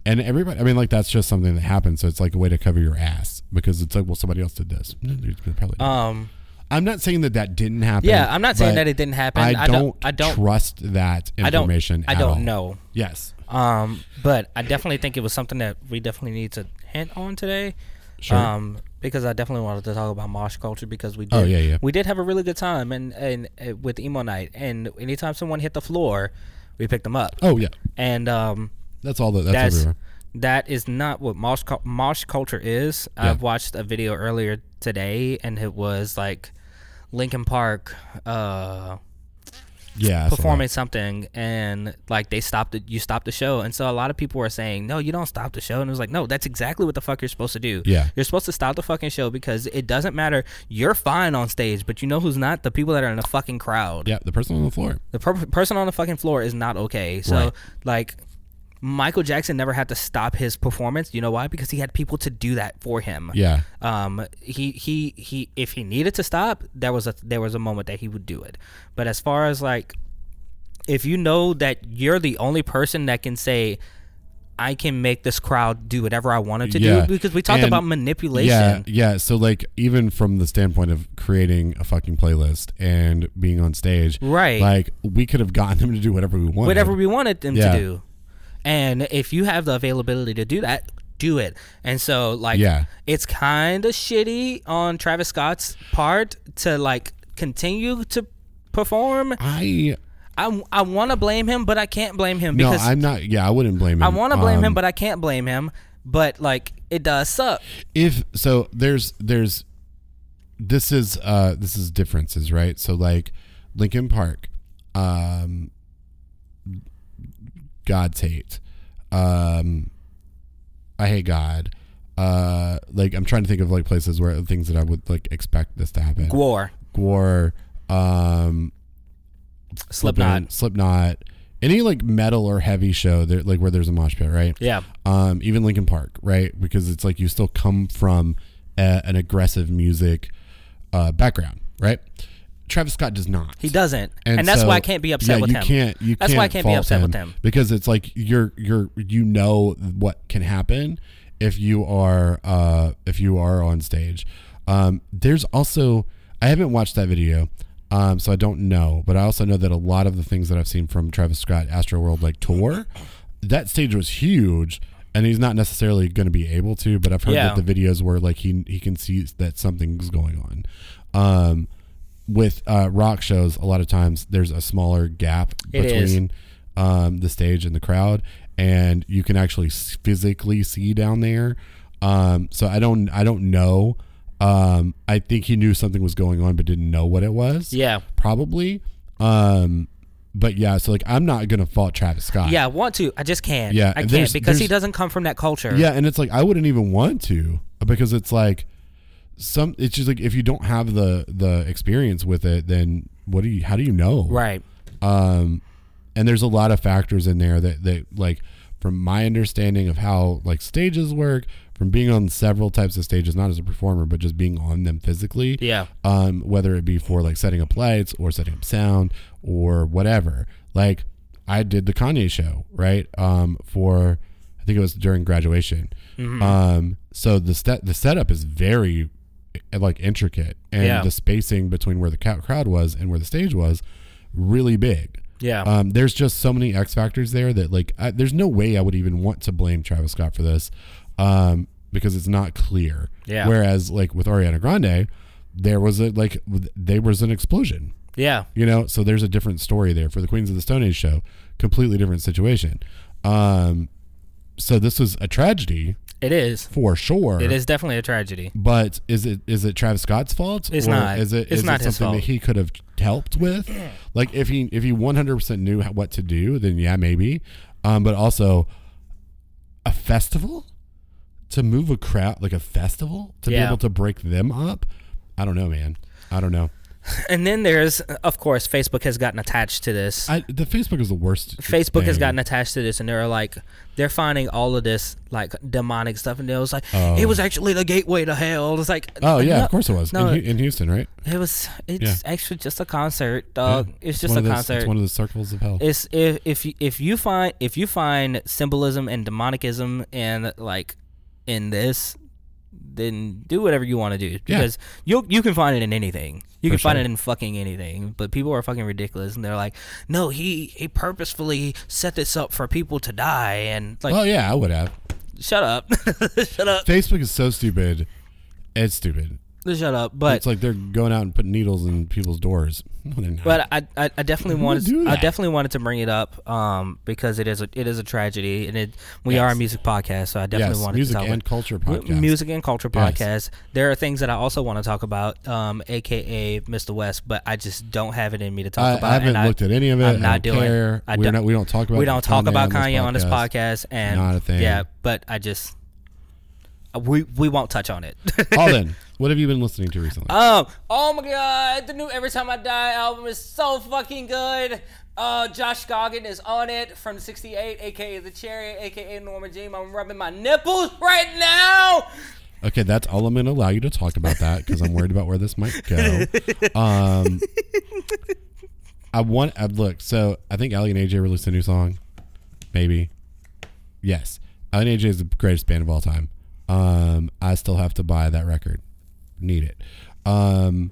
S1: And everybody, I mean, like that's just something that happens. So it's like a way to cover your ass because it's like, well, somebody else did this. No, dude, probably.
S2: Um
S1: I'm not saying that that didn't happen.
S2: yeah, I'm not saying
S1: but
S2: that it didn't happen.
S1: I, don't.
S2: I don't
S1: trust that
S2: I don't
S1: information.
S2: I
S1: at
S2: don't
S1: all.
S2: know.
S1: Yes,
S2: Um but I definitely think it was something that we definitely need to hint on today.
S1: sure.
S2: Um, because I definitely wanted to talk about mosh culture because we did,
S1: Oh, yeah, yeah.
S2: we did have a really good time and and uh, with emo night and anytime someone hit the floor, we picked them up
S1: oh yeah,
S2: and um
S1: that's all. That, that's,
S2: that's
S1: everywhere.
S2: that is not what mosh cul- mosh culture is. I've watched a video earlier today and it was like Linkin Park uh
S1: Yeah, that's a lot.
S2: performing something and like they stopped it you stopped the show and so a lot of people were saying no you don't stop the show and it was like no that's exactly what the fuck you're supposed to do
S1: Yeah.
S2: you're supposed to stop the fucking show because it doesn't matter you're fine on stage but you know who's not the people that are in the fucking crowd
S1: Yeah, the person on the floor.
S2: the per- person on the fucking floor is not okay so
S1: Right.
S2: like michael jackson never had to stop his performance you know why because he had people to do that for him
S1: Yeah,
S2: um he he he if he needed to stop there was a there was a moment that he would do it but as far as like if you know that you're the only person that can say i can make this crowd do whatever i want it to
S1: Yeah.
S2: do because we talked
S1: And-
S2: about
S1: yeah,
S2: manipulation
S1: yeah. So like, even from the standpoint of creating a fucking playlist and being on stage,
S2: Right.
S1: Like, we could have gotten them to do whatever we wanted.
S2: whatever we wanted them
S1: Yeah.
S2: to do and if you have the availability to do that do it and so like
S1: Yeah.
S2: it's kind of shitty on travis scott's part to like continue to perform
S1: I
S2: I, I want to blame him, but I can't blame him
S1: no,
S2: because
S1: I'm not. Yeah, I wouldn't blame him.
S2: I want to blame
S1: Um,
S2: him, but I can't blame him. But like, it does suck.
S1: if so there's there's this is uh this is differences right so like lincoln park um god's hate um i hate god uh like i'm trying to think of like places where things that i would like expect this to happen
S2: Gwar,
S1: gore um
S2: Slipknot,
S1: slipknot any like metal or heavy show there like where there's a mosh pit right
S2: yeah,
S1: um, even Lincoln Park, right? Because it's like you still come from a, an aggressive music uh, background, right? Travis Scott does not.
S2: he doesn't, and, that's
S1: so-
S2: why I can't be upset
S1: yeah,
S2: with
S1: you
S2: him.
S1: Can't, you
S2: That's
S1: can't
S2: why I can't be
S1: fault
S2: upset with him.
S1: because it's like you're you're you know what can happen if you are uh, if you are on stage. Um, there's also I haven't watched that video. Um, so I don't know, but I also know that a lot of the things that I've seen from Travis Scott Astro World like tour, that stage was huge, and he's not necessarily going to be able to. But I've heard
S2: Yeah.
S1: that the videos where like he he can see that something's going on. Um, with uh, rock shows, a lot of times there's a smaller gap
S2: It is.
S1: between um, the stage and the crowd, and you can actually s- physically see down there. Um, so I don't I don't know Um, I think he knew something was going on, but didn't know what it was.
S2: Yeah.
S1: probably. Um, but yeah, so like I'm not gonna fault Travis Scott.
S2: Yeah, I want to. I just can't.
S1: Yeah,
S2: I
S1: there's-
S2: can't because he
S1: there's-
S2: doesn't come from that culture.
S1: Yeah, and it's like I wouldn't even want to because it's like some. It's just like if you don't have the the experience with it, then what do you? How do you know?
S2: Right.
S1: um, and there's a lot of factors in there that that like from my understanding of how like stages work from being on several types of stages not as a performer but just being on them physically
S2: Yeah.
S1: um, whether it be for like setting up lights or setting up sound or whatever like i did the kanye show right um, for i think it was during graduation
S2: Mm-hmm.
S1: um, so the set the setup is very uh, like intricate and
S2: Yeah.
S1: the spacing between where the ca- crowd was and where the stage was really big.
S2: Yeah.
S1: Um, there's just so many X factors there that like I, there's no way I would even want to blame Travis Scott for this um, because it's not clear.
S2: Yeah.
S1: Whereas like with Ariana Grande, there was a like w- there was an explosion.
S2: yeah.
S1: You know, so there's a different story there for the Queens of the Stone Age show. Completely different situation. Um, so this was a tragedy
S2: It is.
S1: for sure.
S2: It is definitely a tragedy.
S1: But is it is it Travis Scott's fault?
S2: It's not.
S1: Is it
S2: It's
S1: is
S2: not
S1: it
S2: his
S1: something
S2: fault.
S1: that he could have helped with? Like if he if he one hundred percent knew how- what to do, then yeah, maybe. Um, but also, a festival to move a crowd like a festival to
S2: Yeah.
S1: be able to break them up. I don't know, man. I don't know.
S2: And then there's, of course, Facebook has gotten attached to this.
S1: I, the Facebook is the worst.
S2: Facebook has
S1: thing.
S2: gotten attached to this, and they're like, they're finding all of this like demonic stuff, and they was like,
S1: Oh.
S2: it was actually the gateway to hell. It's like,
S1: Oh yeah,
S2: no,
S1: of course it was
S2: no.
S1: in, Hu- in Houston, right?
S2: it was. It's actually just a concert, dog.
S1: Yeah.
S2: Uh, It's just
S1: one
S2: a
S1: of those-
S2: concert.
S1: It's one of the circles of hell.
S2: It's if if you, if you find if you find symbolism and demonicism and like in this, then do whatever you want to do
S1: Yeah.
S2: because you you can find it in anything. You
S1: For
S2: can find
S1: sure.
S2: it in fucking anything. But people are fucking ridiculous and they're like, no, he he purposefully set this up for people to die and like
S1: oh yeah, I would have.
S2: shut up, shut up,
S1: Facebook is so stupid. It's stupid.
S2: shut up. But
S1: it's like they're going out and putting needles in people's doors. No, they're not.
S2: But I, I, I definitely
S1: Who would
S2: wanted
S1: do
S2: I
S1: that?
S2: definitely wanted to bring it up um, because it is a, it is a tragedy and it we are a
S1: Yes.
S2: music podcast so I definitely
S1: yes,
S2: wanted
S1: music
S2: to talk
S1: and culture
S2: about
S1: podcast.
S2: music and culture
S1: Yes.
S2: podcast. There are things that I also want to talk about, um, aka Mr. West, but I just don't have it in me to talk
S1: I,
S2: about.
S1: I haven't
S2: and
S1: looked at any of it.
S2: I'm
S1: I
S2: not
S1: don't
S2: doing-
S1: care.
S2: I
S1: We're
S2: don't-
S1: not- we don't talk about.
S2: we don't talk about
S1: on
S2: Kanye on this podcast and
S1: Not a thing.
S2: yeah, but I just we we won't touch on it.
S1: All then, what have you been listening to recently?
S2: Um, oh my god, the new Every Time I Die album is so fucking good. Uh, Josh Goggin is on it from 68, aka The Chariot, aka Norma Jean. I'm rubbing my nipples right now.
S1: okay, that's all I'm going to allow you to talk about that because I'm worried about where this might go. Um, I want. I, look, so I think Ali and AJ released a new song. Maybe. Yes, Ali and AJ is the greatest band of all time. Um, I still have to buy that record. Need it. Um,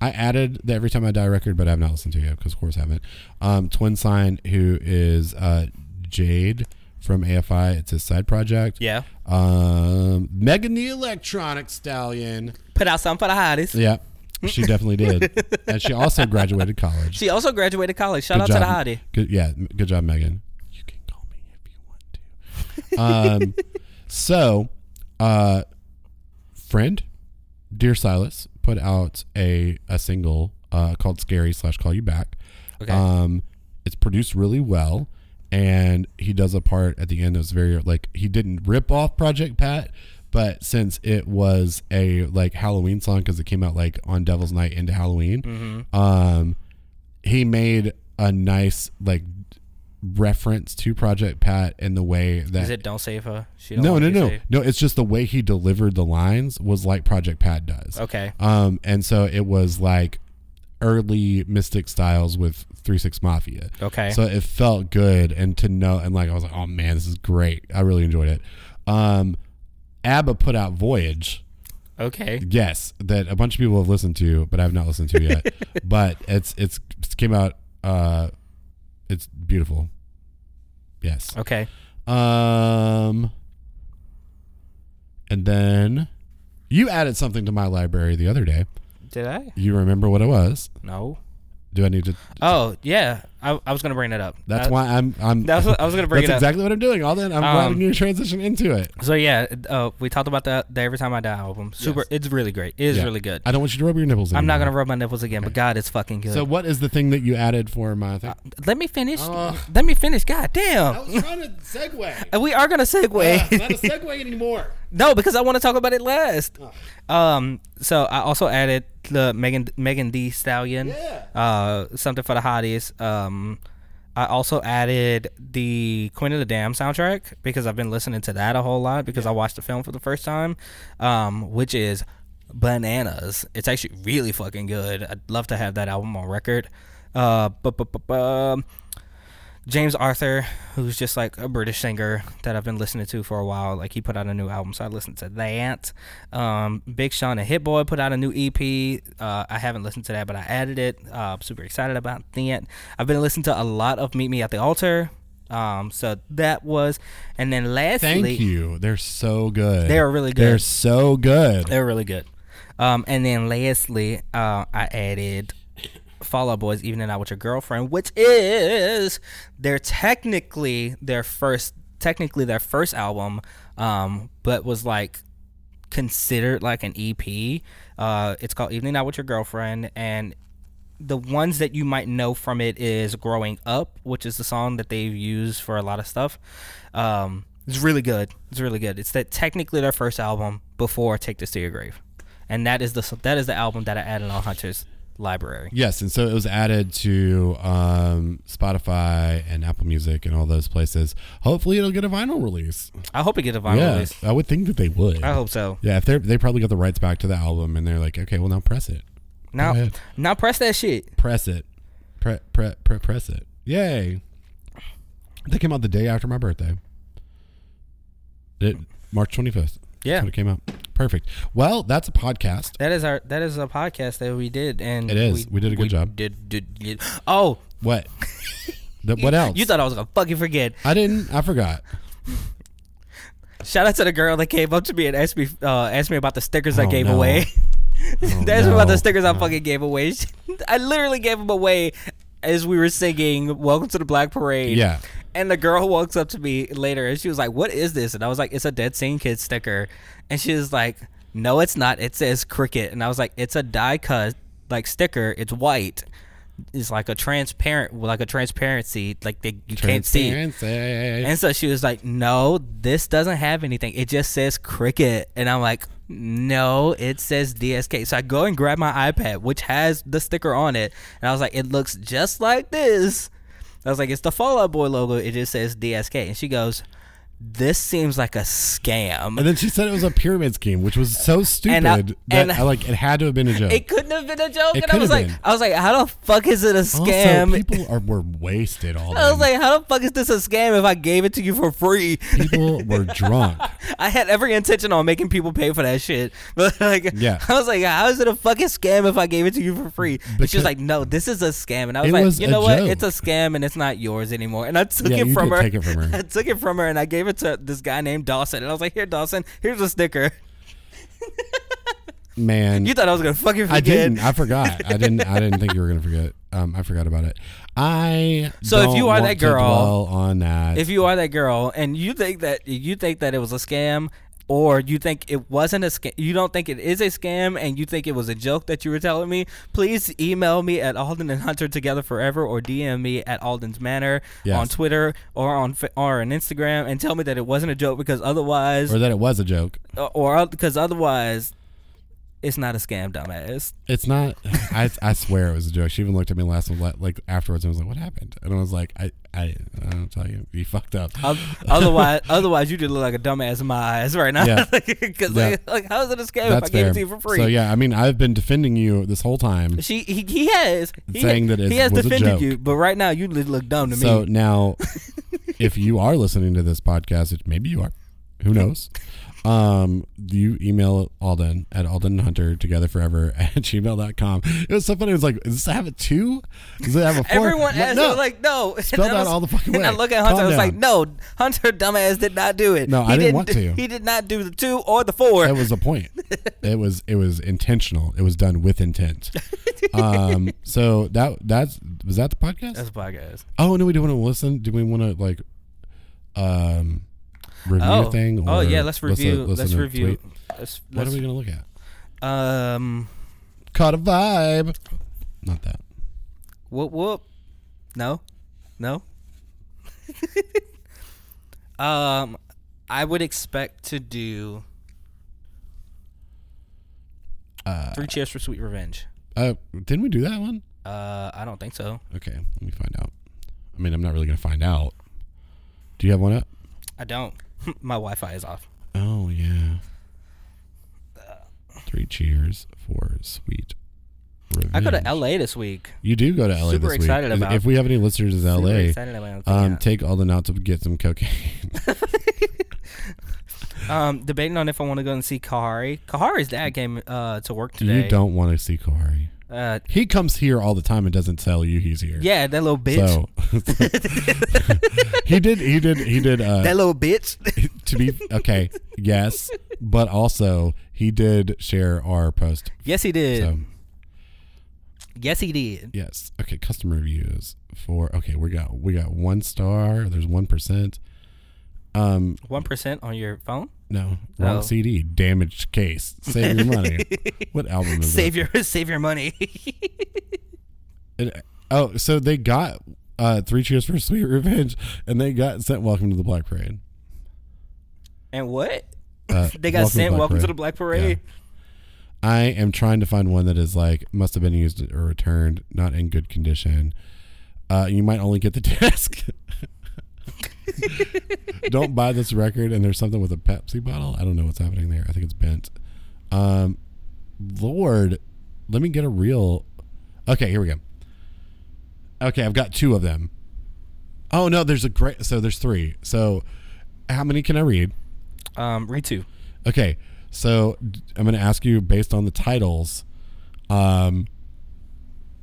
S1: I added the Every Time I Die record, but I have not listened to it yet because, of course, I haven't. Um, Twin Sign, who is uh, Jade from AFI, it's his side project.
S2: Yeah.
S1: Um, Megan the Electronic Stallion.
S2: Put out something for the hotties.
S1: Yeah, she definitely did, and she also graduated college.
S2: She also graduated college. Shout out to
S1: job.
S2: the hottie.
S1: Good, yeah, m- good job, Megan. You can call me if you want to. Um, so, uh, friend, dear Silas, put out a a single uh, called "Scary" slash "Call You Back."
S2: Okay.
S1: Um, it's produced really well, and he does a part at the end that was very like he didn't rip off Project Pat. But since it was a like Halloween song because it came out like on Devil's Night into Halloween, um, he made a nice like reference to Project Pat in the way that
S2: Is it Don't Save Her? She don't
S1: no
S2: wanna
S1: no
S2: be
S1: no
S2: saved.
S1: no it's just the way he delivered the lines was like Project Pat does
S2: Okay.
S1: um and so it was like early Mystic Styles with Three Six Mafia
S2: Okay.
S1: so it felt good and to know and like I was like oh man this is great I really enjoyed it um ABBA put out Voyage
S2: okay.
S1: Yes, that a bunch of people have listened to, but I've not listened to yet. but it's it's it came out. Uh, it's beautiful. Yes.
S2: Okay.
S1: Um. And then you added something to my library the other day.
S2: Did I?
S1: You remember what it was?
S2: No.
S1: Do I need to?
S2: Oh yeah. I, I was gonna bring that up.
S1: That's
S2: Uh,
S1: why I'm. I'm
S2: That's what I was gonna bring
S1: that's
S2: it up.
S1: exactly what I'm doing. All that I'm
S2: Um,
S1: glad you transition into it.
S2: So yeah, uh, we talked about that. The Every Time I Die album. Super.
S1: Yes.
S2: It's really great. It is
S1: Yeah.
S2: really good.
S1: I don't want you to rub your nipples.
S2: I'm not
S1: anymore.
S2: gonna rub my nipples again, but God, it's fucking good.
S1: So what is the thing that you added for my thing?
S2: let me finish.
S1: Ugh.
S2: let me finish. God damn.
S1: was trying to segue.
S2: And we are gonna segue.
S1: segue anymore.
S2: no, because I want to talk about it last. Um. So I also added the Megan Megan D Stallion.
S1: Yeah.
S2: Uh, something for the hotties. Um. I also added the Queen of the Dam soundtrack because I've been listening to that a whole lot because I watched the film for the first time, um, which is bananas. It's actually really fucking good. I'd love to have that album on record. Uh, bu- bu- bu- bu- James Arthur, who's just like a British singer that I've been listening to for a while, like he put out a new album, so I listened to that. Um, Big Sean and Hit Boy put out a new EP. Uh, I haven't listened to that, but I added it. Uh, I'm super excited about that. I've been listening to a lot of Meet Me at the Altar. Um, so that was, and then lastly,
S1: Thank you. They're so good.
S2: They are really good.
S1: They're so good.
S2: They're really good. Um, and then lastly, uh, I added Fall Out Boys Evening Out with Your Girlfriend, which is they're technically their first technically their first album, um, but was like considered like an EP. Uh, it's called Evening Out with Your Girlfriend, and the ones that you might know from it is Growing Up, which is the song that they've used for a lot of stuff. Um, it's really good. It's really good. It's that technically their first album before Take This to Your Grave, and that is the that is the album that I added on Hunter's library.
S1: Yes, and so it was added to um, Spotify and Apple Music and all those places. Hopefully, it'll get a vinyl release.
S2: I hope it gets a vinyl
S1: yeah,
S2: release.
S1: I would think that they would.
S2: I hope so.
S1: Yeah, if they they probably got the rights back to the album, and they're like, okay, well now press it,
S2: Now,
S1: ahead.
S2: now press that shit.
S1: press it, pre, pre, pre, press it. Yay! They came out the day after my birthday. It, March twenty fifth.
S2: Yeah,
S1: when it came out. Perfect. Well, that's a podcast.
S2: that is our that is a podcast that we did, and
S1: It is. We did a good job.
S2: Did, did, did- Oh,
S1: What? The- what else?
S2: You thought I was gonna fucking forget.
S1: I didn't. I forgot.
S2: Shout out to the girl that came up to me and asked me uh, asked me about the stickers I
S1: Oh,
S2: gave
S1: no.
S2: away.
S1: Oh,
S2: That's about
S1: no.
S2: the stickers I fucking gave away. I literally gave them away as we were singing "Welcome to the Black Parade."
S1: Yeah.
S2: And the girl walks up to me later and she was like, "What is this?" And I was like, "It's a Dead Scene Kid sticker." And she was like, "No, it's not. It says Cricket." And I was like, "It's a die cut like sticker. It's white. It's like a transparent, like a transparency, like they, you can't see."
S1: Transparency.
S2: And so she was like, "No, this doesn't have anything. It just says cricket." And I'm like, "No, it says DSK." So I go and grab my iPad, which has the sticker on it, and I was like, "It looks just like this." I was like, "It's the Fallout Boy logo. It just says DSK." And she goes, "This seems like a
S1: And
S2: scam."
S1: then she said it was a pyramid scheme, which was so stupid
S2: And I-
S1: that
S2: and I-
S1: I, like it had to have been a joke.
S2: It couldn't have been a joke.
S1: It
S2: and I
S1: could
S2: was
S1: have
S2: like,
S1: been.
S2: "I was like, how the fuck is it a scam?"
S1: Also, people are were wasted all
S2: I was
S1: day.
S2: like, "How the fuck is this a scam if I gave it to you for free?"
S1: people were drunk.
S2: I had every intention on making people pay for that shit, but like,
S1: Yeah.
S2: I was like, how is it a fucking scam if I gave it to you for free? But she
S1: Because-
S2: was like, no, this is a scam, and I was
S1: It
S2: like,
S1: was
S2: you
S1: a
S2: know what?
S1: joke.
S2: It's a scam, and it's not yours anymore. And I took
S1: Yeah,
S2: it
S1: you
S2: from
S1: did
S2: her.
S1: take it from her.
S2: I took it from her, and I gave it to this guy named Dawson, and I was like, here, Dawson, here's a sticker.
S1: Man,
S2: You thought I was gonna fucking forget?
S1: I didn't. I forgot. I didn't. I didn't think you were gonna forget. Um, I forgot about it. I
S2: So if
S1: don't
S2: you are
S1: want
S2: that
S1: to dwell
S2: girl-
S1: on that.
S2: If you are that girl, and you think that you think that it was a scam. Or you think it wasn't a scam? You don't think it is a scam, and you think it was a joke that you were telling me? Please email me at Alden and Hunter together forever, or DM me at Alden's Manor
S1: Yes.
S2: on Twitter or on Fa- or on Instagram, and tell me that it wasn't a joke because otherwise, uh,
S1: or that it was a joke.
S2: or because otherwise, it's not a scam, dumbass.
S1: It's not. I, I swear it was a joke. She even looked at me last like afterwards and was like, "What happened?" And I was like, "I I, I don't tell you. You fucked up."
S2: Oth- otherwise, otherwise, you just look like a dumbass in my eyes right now.
S1: Yeah.
S2: Because
S1: Yeah.
S2: like, like, how is it a scam if I
S1: That's
S2: gave
S1: fair.
S2: it to you for free?
S1: So yeah, I mean, I've been defending you this whole time.
S2: She he, he has he,
S1: Saying that it
S2: he has
S1: was a
S2: defended
S1: joke.
S2: you, but right now you li- look dumb to
S1: So
S2: me.
S1: now, if you are listening to this podcast, which maybe you are, who knows? Um, you email Alden at Alden Hunter together forever at gmail.com. It was so funny. It was like, does it have a two? Does it have a four?
S2: Everyone
S1: I'm
S2: asked,
S1: no.
S2: I was like, no. And
S1: Spelled
S2: I
S1: out
S2: was-
S1: all the fucking
S2: And I
S1: way.
S2: look at Hunter,
S1: Calm
S2: I was like,
S1: down.
S2: no, Hunter, dumbass, did not do it.
S1: No,
S2: he
S1: I didn't
S2: didn't
S1: want
S2: do-
S1: to.
S2: He did not do the two or the four.
S1: that was the point. it was it was intentional. It was done with intent. Um, so that that's was that the podcast?
S2: That's a podcast.
S1: oh no, we do want to listen. Do we want to like, um, review
S2: Oh,
S1: a thing?
S2: oh
S1: or uh,
S2: yeah, let's
S1: listen-
S2: review.
S1: listen
S2: Let's
S1: to
S2: review.
S1: tweet?
S2: Let's,
S1: What
S2: let's-
S1: are we gonna look at?
S2: um,
S1: Caught a vibe. Not that.
S2: whoop whoop. No, no. um, I would expect to do
S1: Uh,
S2: three cheers for sweet revenge.
S1: uh, didn't we do that one?
S2: Uh, I don't think so.
S1: Okay, let me find out. I mean, I'm not really gonna find out. Do you have one up?
S2: I don't. My Wi-Fi is off.
S1: Oh yeah. Three cheers for sweet. Revenge.
S2: I go to LA this week.
S1: You do go to LA
S2: Super
S1: this
S2: excited
S1: week.
S2: about.
S1: If we have any listeners in
S2: Super
S1: LA,
S2: excited about it.
S1: um,
S2: Yeah.
S1: take all the out to get some cocaine.
S2: Um, debating on if I want to go and see Kahari. Kahari's dad came uh, to work today.
S1: you don't want to see Kahari.
S2: Uh,
S1: He comes here all the time and doesn't tell you he's here.
S2: yeah, that little bitch.
S1: So uh, he did. He did. He did. Uh,
S2: that little bitch.
S1: to be okay. Yes, but also he did share our post.
S2: yes, he did.
S1: So
S2: Yes, he did.
S1: yes. Okay. Customer reviews for okay. We got we got one star. There's one percent. Um.
S2: One percent on your phone.
S1: No. Wrong
S2: Oh.
S1: CD. Damaged case. Save your money. what album is that?
S2: Save your save your money.
S1: It, oh, so they got uh, three cheers for sweet revenge, and they got sent welcome to the Black Parade.
S2: and what?
S1: Uh,
S2: They got sent. Welcome to the Black Parade.
S1: I am trying to find one that is like must have been used or returned, not in good condition. Uh, you might only get the disc. Don't buy this record. And there's something with a Pepsi bottle. I don't know what's happening there. I think it's bent. Um, Lord, let me get a real. Okay, here we go. Okay, I've got two of them. Oh no, there's a great. So there's three. So how many can I read?
S2: Um, read two.
S1: Okay, so d- I'm going to ask you based on the titles, um,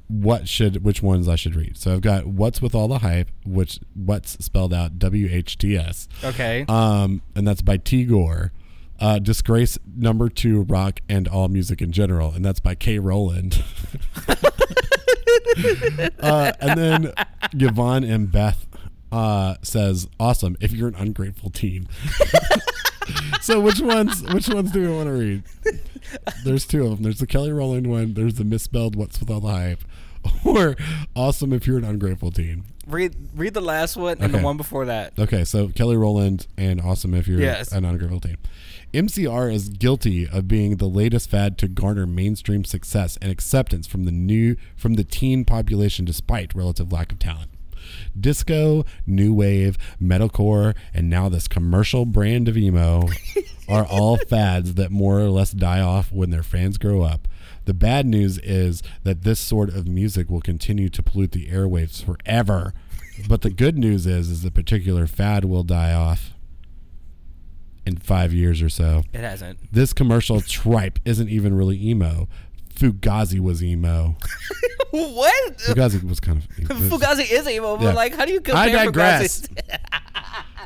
S1: what should which ones I should read. So I've got what's with all the hype, which what's spelled out W H T S,
S2: Okay.
S1: um, and that's by T Gore. Uh, Disgrace number two rock and all music in general, and that's by K. Rowland. uh, and then Yvonne and Beth uh, says, "Awesome! If you're an ungrateful teen." so which ones? Which ones do we want to read? There's two of them. There's the Kelly Rowland one. There's the misspelled "What's with all the hype," or "Awesome if you're an ungrateful teen."
S2: read read the last one and
S1: Okay.
S2: the one before that.
S1: Okay, so Kelly Rowland and Awesome if you're
S2: Yes.
S1: an ungrateful team. MCR is guilty of being the latest fad to garner mainstream success and acceptance from the new from the teen population despite relative lack of talent. Disco, new wave, metalcore, and now this commercial brand of emo are all fads that more or less die off when their fans grow up. The bad news is that this sort of music will continue to pollute the airwaves forever. But the good news is, is the particular fad will die off in five years or so.
S2: It hasn't.
S1: This commercial tripe isn't even really emo. Fugazi was emo.
S2: what?
S1: Fugazi was kind of.
S2: Fugazi is evil, but
S1: Yeah.
S2: like, how do you compare?
S1: I digress.
S2: Fugazi-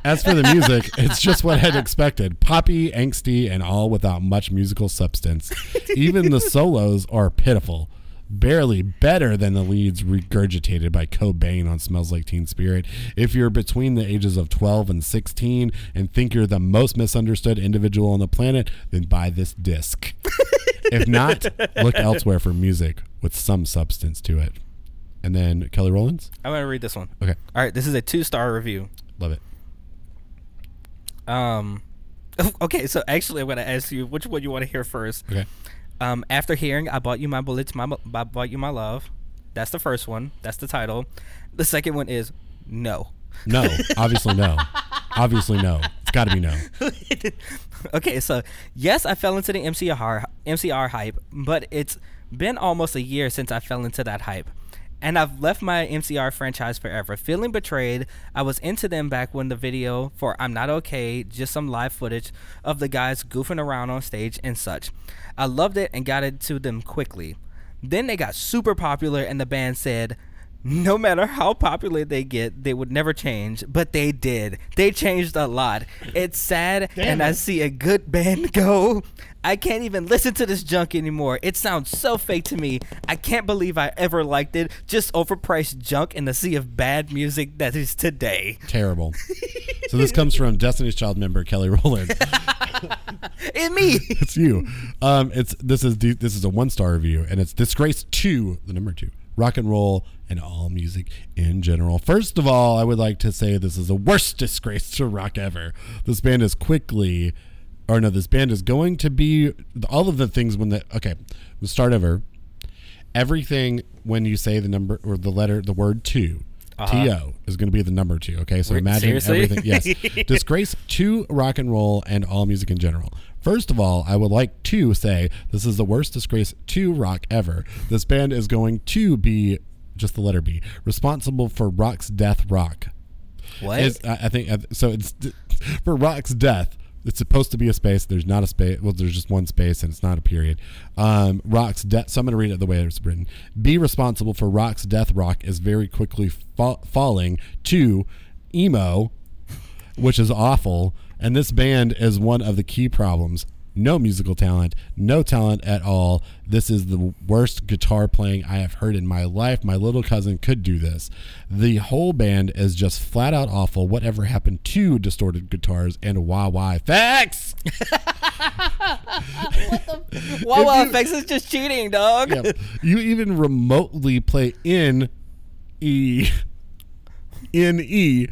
S1: As for the music, it's just what I'd expected poppy, angsty, and all without much musical substance. Even the solos are pitiful, barely better than the leads regurgitated by Cobain on Smells Like Teen Spirit. If you're between the ages of 12 and 16 and think you're the most misunderstood individual on the planet, then buy this disc. if not, look elsewhere for music with some substance to it. And then Kelly Rollins?
S2: I'm gonna read this one.
S1: Okay,
S2: All right, this is a two star review.
S1: love it.
S2: Um, okay, so actually, I'm gonna ask you which one you want to hear first.
S1: Okay.
S2: Um, after hearing "I Bought You My Bullets," my Bu- I bought you my love. That's the first one. That's the title. The second one is no.
S1: No, obviously no. obviously no. It's got to be no.
S2: okay, so yes, I fell into the MCR MCR hype, but it's been almost a year since I fell into that hype.
S3: and I've left my MCR franchise forever. Feeling betrayed, I was into them back when the video for I'm Not Okay, just some live footage of the guys goofing around on stage and such. I loved it and got into them quickly. Then they got super popular, and the band said, no matter how popular they get, they would never change, but they did. They changed a lot. It's sad, and I see a good band go. I can't even listen to this junk anymore. It sounds so fake to me. I can't believe I ever liked it. Just overpriced junk in the sea of bad music that is today.
S1: Terrible. so this comes from Destiny's Child member Kelly Rowland.
S3: And me.
S1: it's you. Um, it's this is the, this is a one star review, and it's disgrace two, the number two, rock and roll and all music in general. First of all, I would like to say this is the worst disgrace to rock ever. This band is quickly, or no, this band is going to be all of the things when the okay, let's start over. Everything when you say the number or the letter, the word two. To is going to be the number two. Okay, so
S3: Uh-huh. Wait,
S1: imagine
S3: seriously?
S1: everything. Yes, disgrace to rock and roll and all music in general. First of all, I would like to say this is the worst disgrace to rock ever. This band is going to be just the letter B responsible for rock's death. Rock.
S3: What?
S1: Is, I, I think so. It's for rock's death. It's supposed to be a space. There's not a space. Well, there's just one space, and it's not a period. Um, rock's death. So I'm going to read it the way it's written. Be responsible for rock's death. Rock is very quickly fa- falling to emo, which is awful. And this band is one of the key problems. No musical talent, no talent at all. This is the worst guitar playing I have heard in my life. My little cousin could do this. The whole band is just flat out awful. Whatever happened to distorted guitars and wah wah effects?
S3: Wow, wow,
S1: you-
S3: effects is just cheating, dog.
S1: Yep. you even remotely play in E in E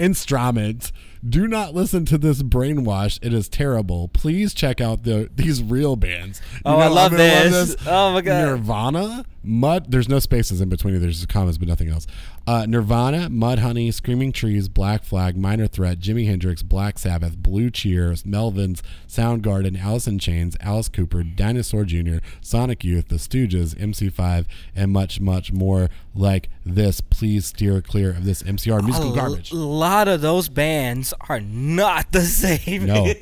S1: instruments. Do not listen to this brainwash. It is terrible. Please check out the these real bands. You
S3: Oh, I
S1: I'm
S3: love
S1: gonna
S3: this. Oh, my God.
S1: Nirvana, Mud. There's no spaces in between. There's just commas, but nothing else. Uh, Nirvana, Mudhoney, Screaming Trees, Black Flag, Minor Threat, Jimi Hendrix, Black Sabbath, Blue Cheers, Melvins, Soundgarden, Alice in Chains, Alice Cooper, Dinosaur Jr., Sonic Youth, The Stooges, MC5, and much, much more like this. Please steer clear of this MCR
S3: A
S1: musical
S3: Oh, l-
S1: garbage.
S3: lot of those bands are not the same.
S1: No,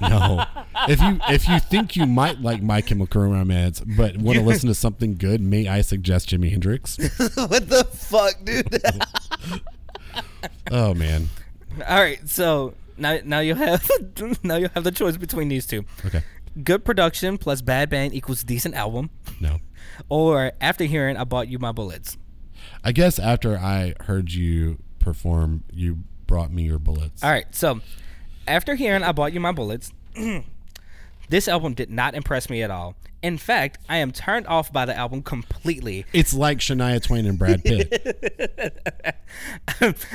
S1: no. If you if you think you might like My Chemical Romance, but want to listen to something good, may I suggest Jimi Hendrix?
S3: what the fuck, dude?
S1: Oh man.
S3: All right, so now now you have now you have the choice between these two.
S1: Okay.
S3: Good production plus bad band equals decent album,
S1: No.
S3: or after hearing I bought you my bullets.
S1: I guess after I heard you perform, you brought me your bullets.
S3: All right, so after hearing I bought you my bullets, this album did not impress me at all. In fact, I am turned off by the album completely.
S1: It's like Shania Twain and Brad Pitt.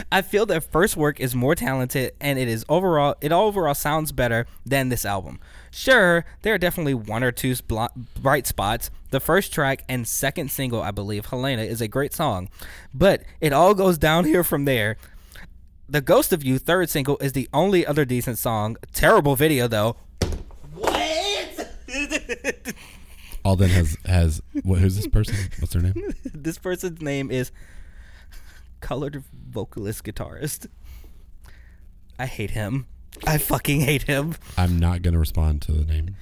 S3: I feel their first work is more talented and it is overall it overall sounds better than this album. Sure, there are definitely one or two spl- bright spots. The first track and second single, I believe, Helena is a great song, but it all goes downhill from there. The Ghost of You third single is the only other decent song. Terrible video though.
S1: Alden has has what, who's this person? What's her name?
S3: This person's name is colored vocalist guitarist. I hate him. I fucking hate him.
S1: I'm not gonna respond to the name.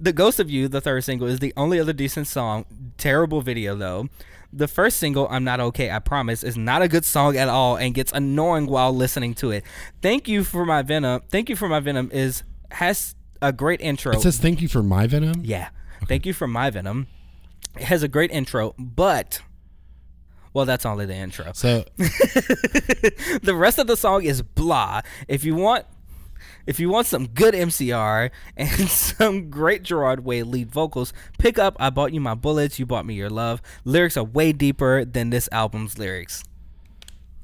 S3: The Ghost of You, the third single, is the only other decent song. Terrible video though. The first single, I'm Not Okay, I Promise, is not a good song at all and gets annoying while listening to it. Thank you for my venom. Thank you for my venom is has a great intro.
S1: It says thank you for my venom.
S3: yeah. Thank you for my venom. It has a great intro, but well, that's only the intro.
S1: So
S3: the rest of the song is blah. If you want if you want some good MCR and some great Gerard Way lead vocals, pick up I Bought You My Bullets, You Bought Me Your Love. Lyrics are way deeper than this album's lyrics.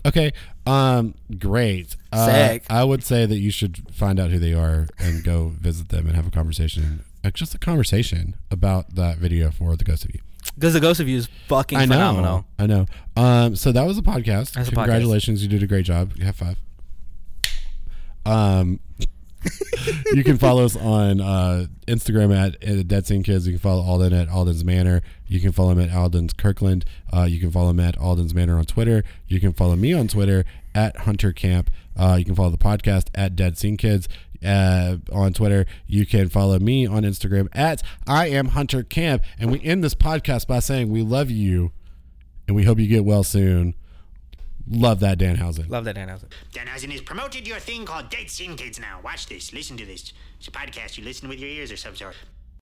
S1: okay, um, great. Uh,
S3: Sick.
S1: I would say that you should find out who they are and go visit them and have a conversation, uh, just a conversation about that video for the Ghost of You.
S3: Because The Ghost of You is fucking phenomenal.
S1: I know. Um, so that was a podcast.
S3: That's a podcast.
S1: Congratulations, you did a great job. You have five. Um, you can follow us on uh, Instagram at, at Dead Scene Kids. You can follow Alden at Alden's Manor. You can follow him at Alden's Kirkland. Uh, you can follow him at Alden's Manor on Twitter. You can follow me on Twitter at Hunter Camp. Uh, you can follow the podcast at Dead Scene Kids uh, on Twitter. You can follow me on Instagram at I am Hunter Camp. And we end this podcast by saying we love you and we hope you get well soon. Love that, Danhausen.
S2: Love that announcement.
S4: Danhausen has promoted your thing called Dead Scene Kids now. Watch this. Listen to this. It's a podcast you listen with your ears or some sort.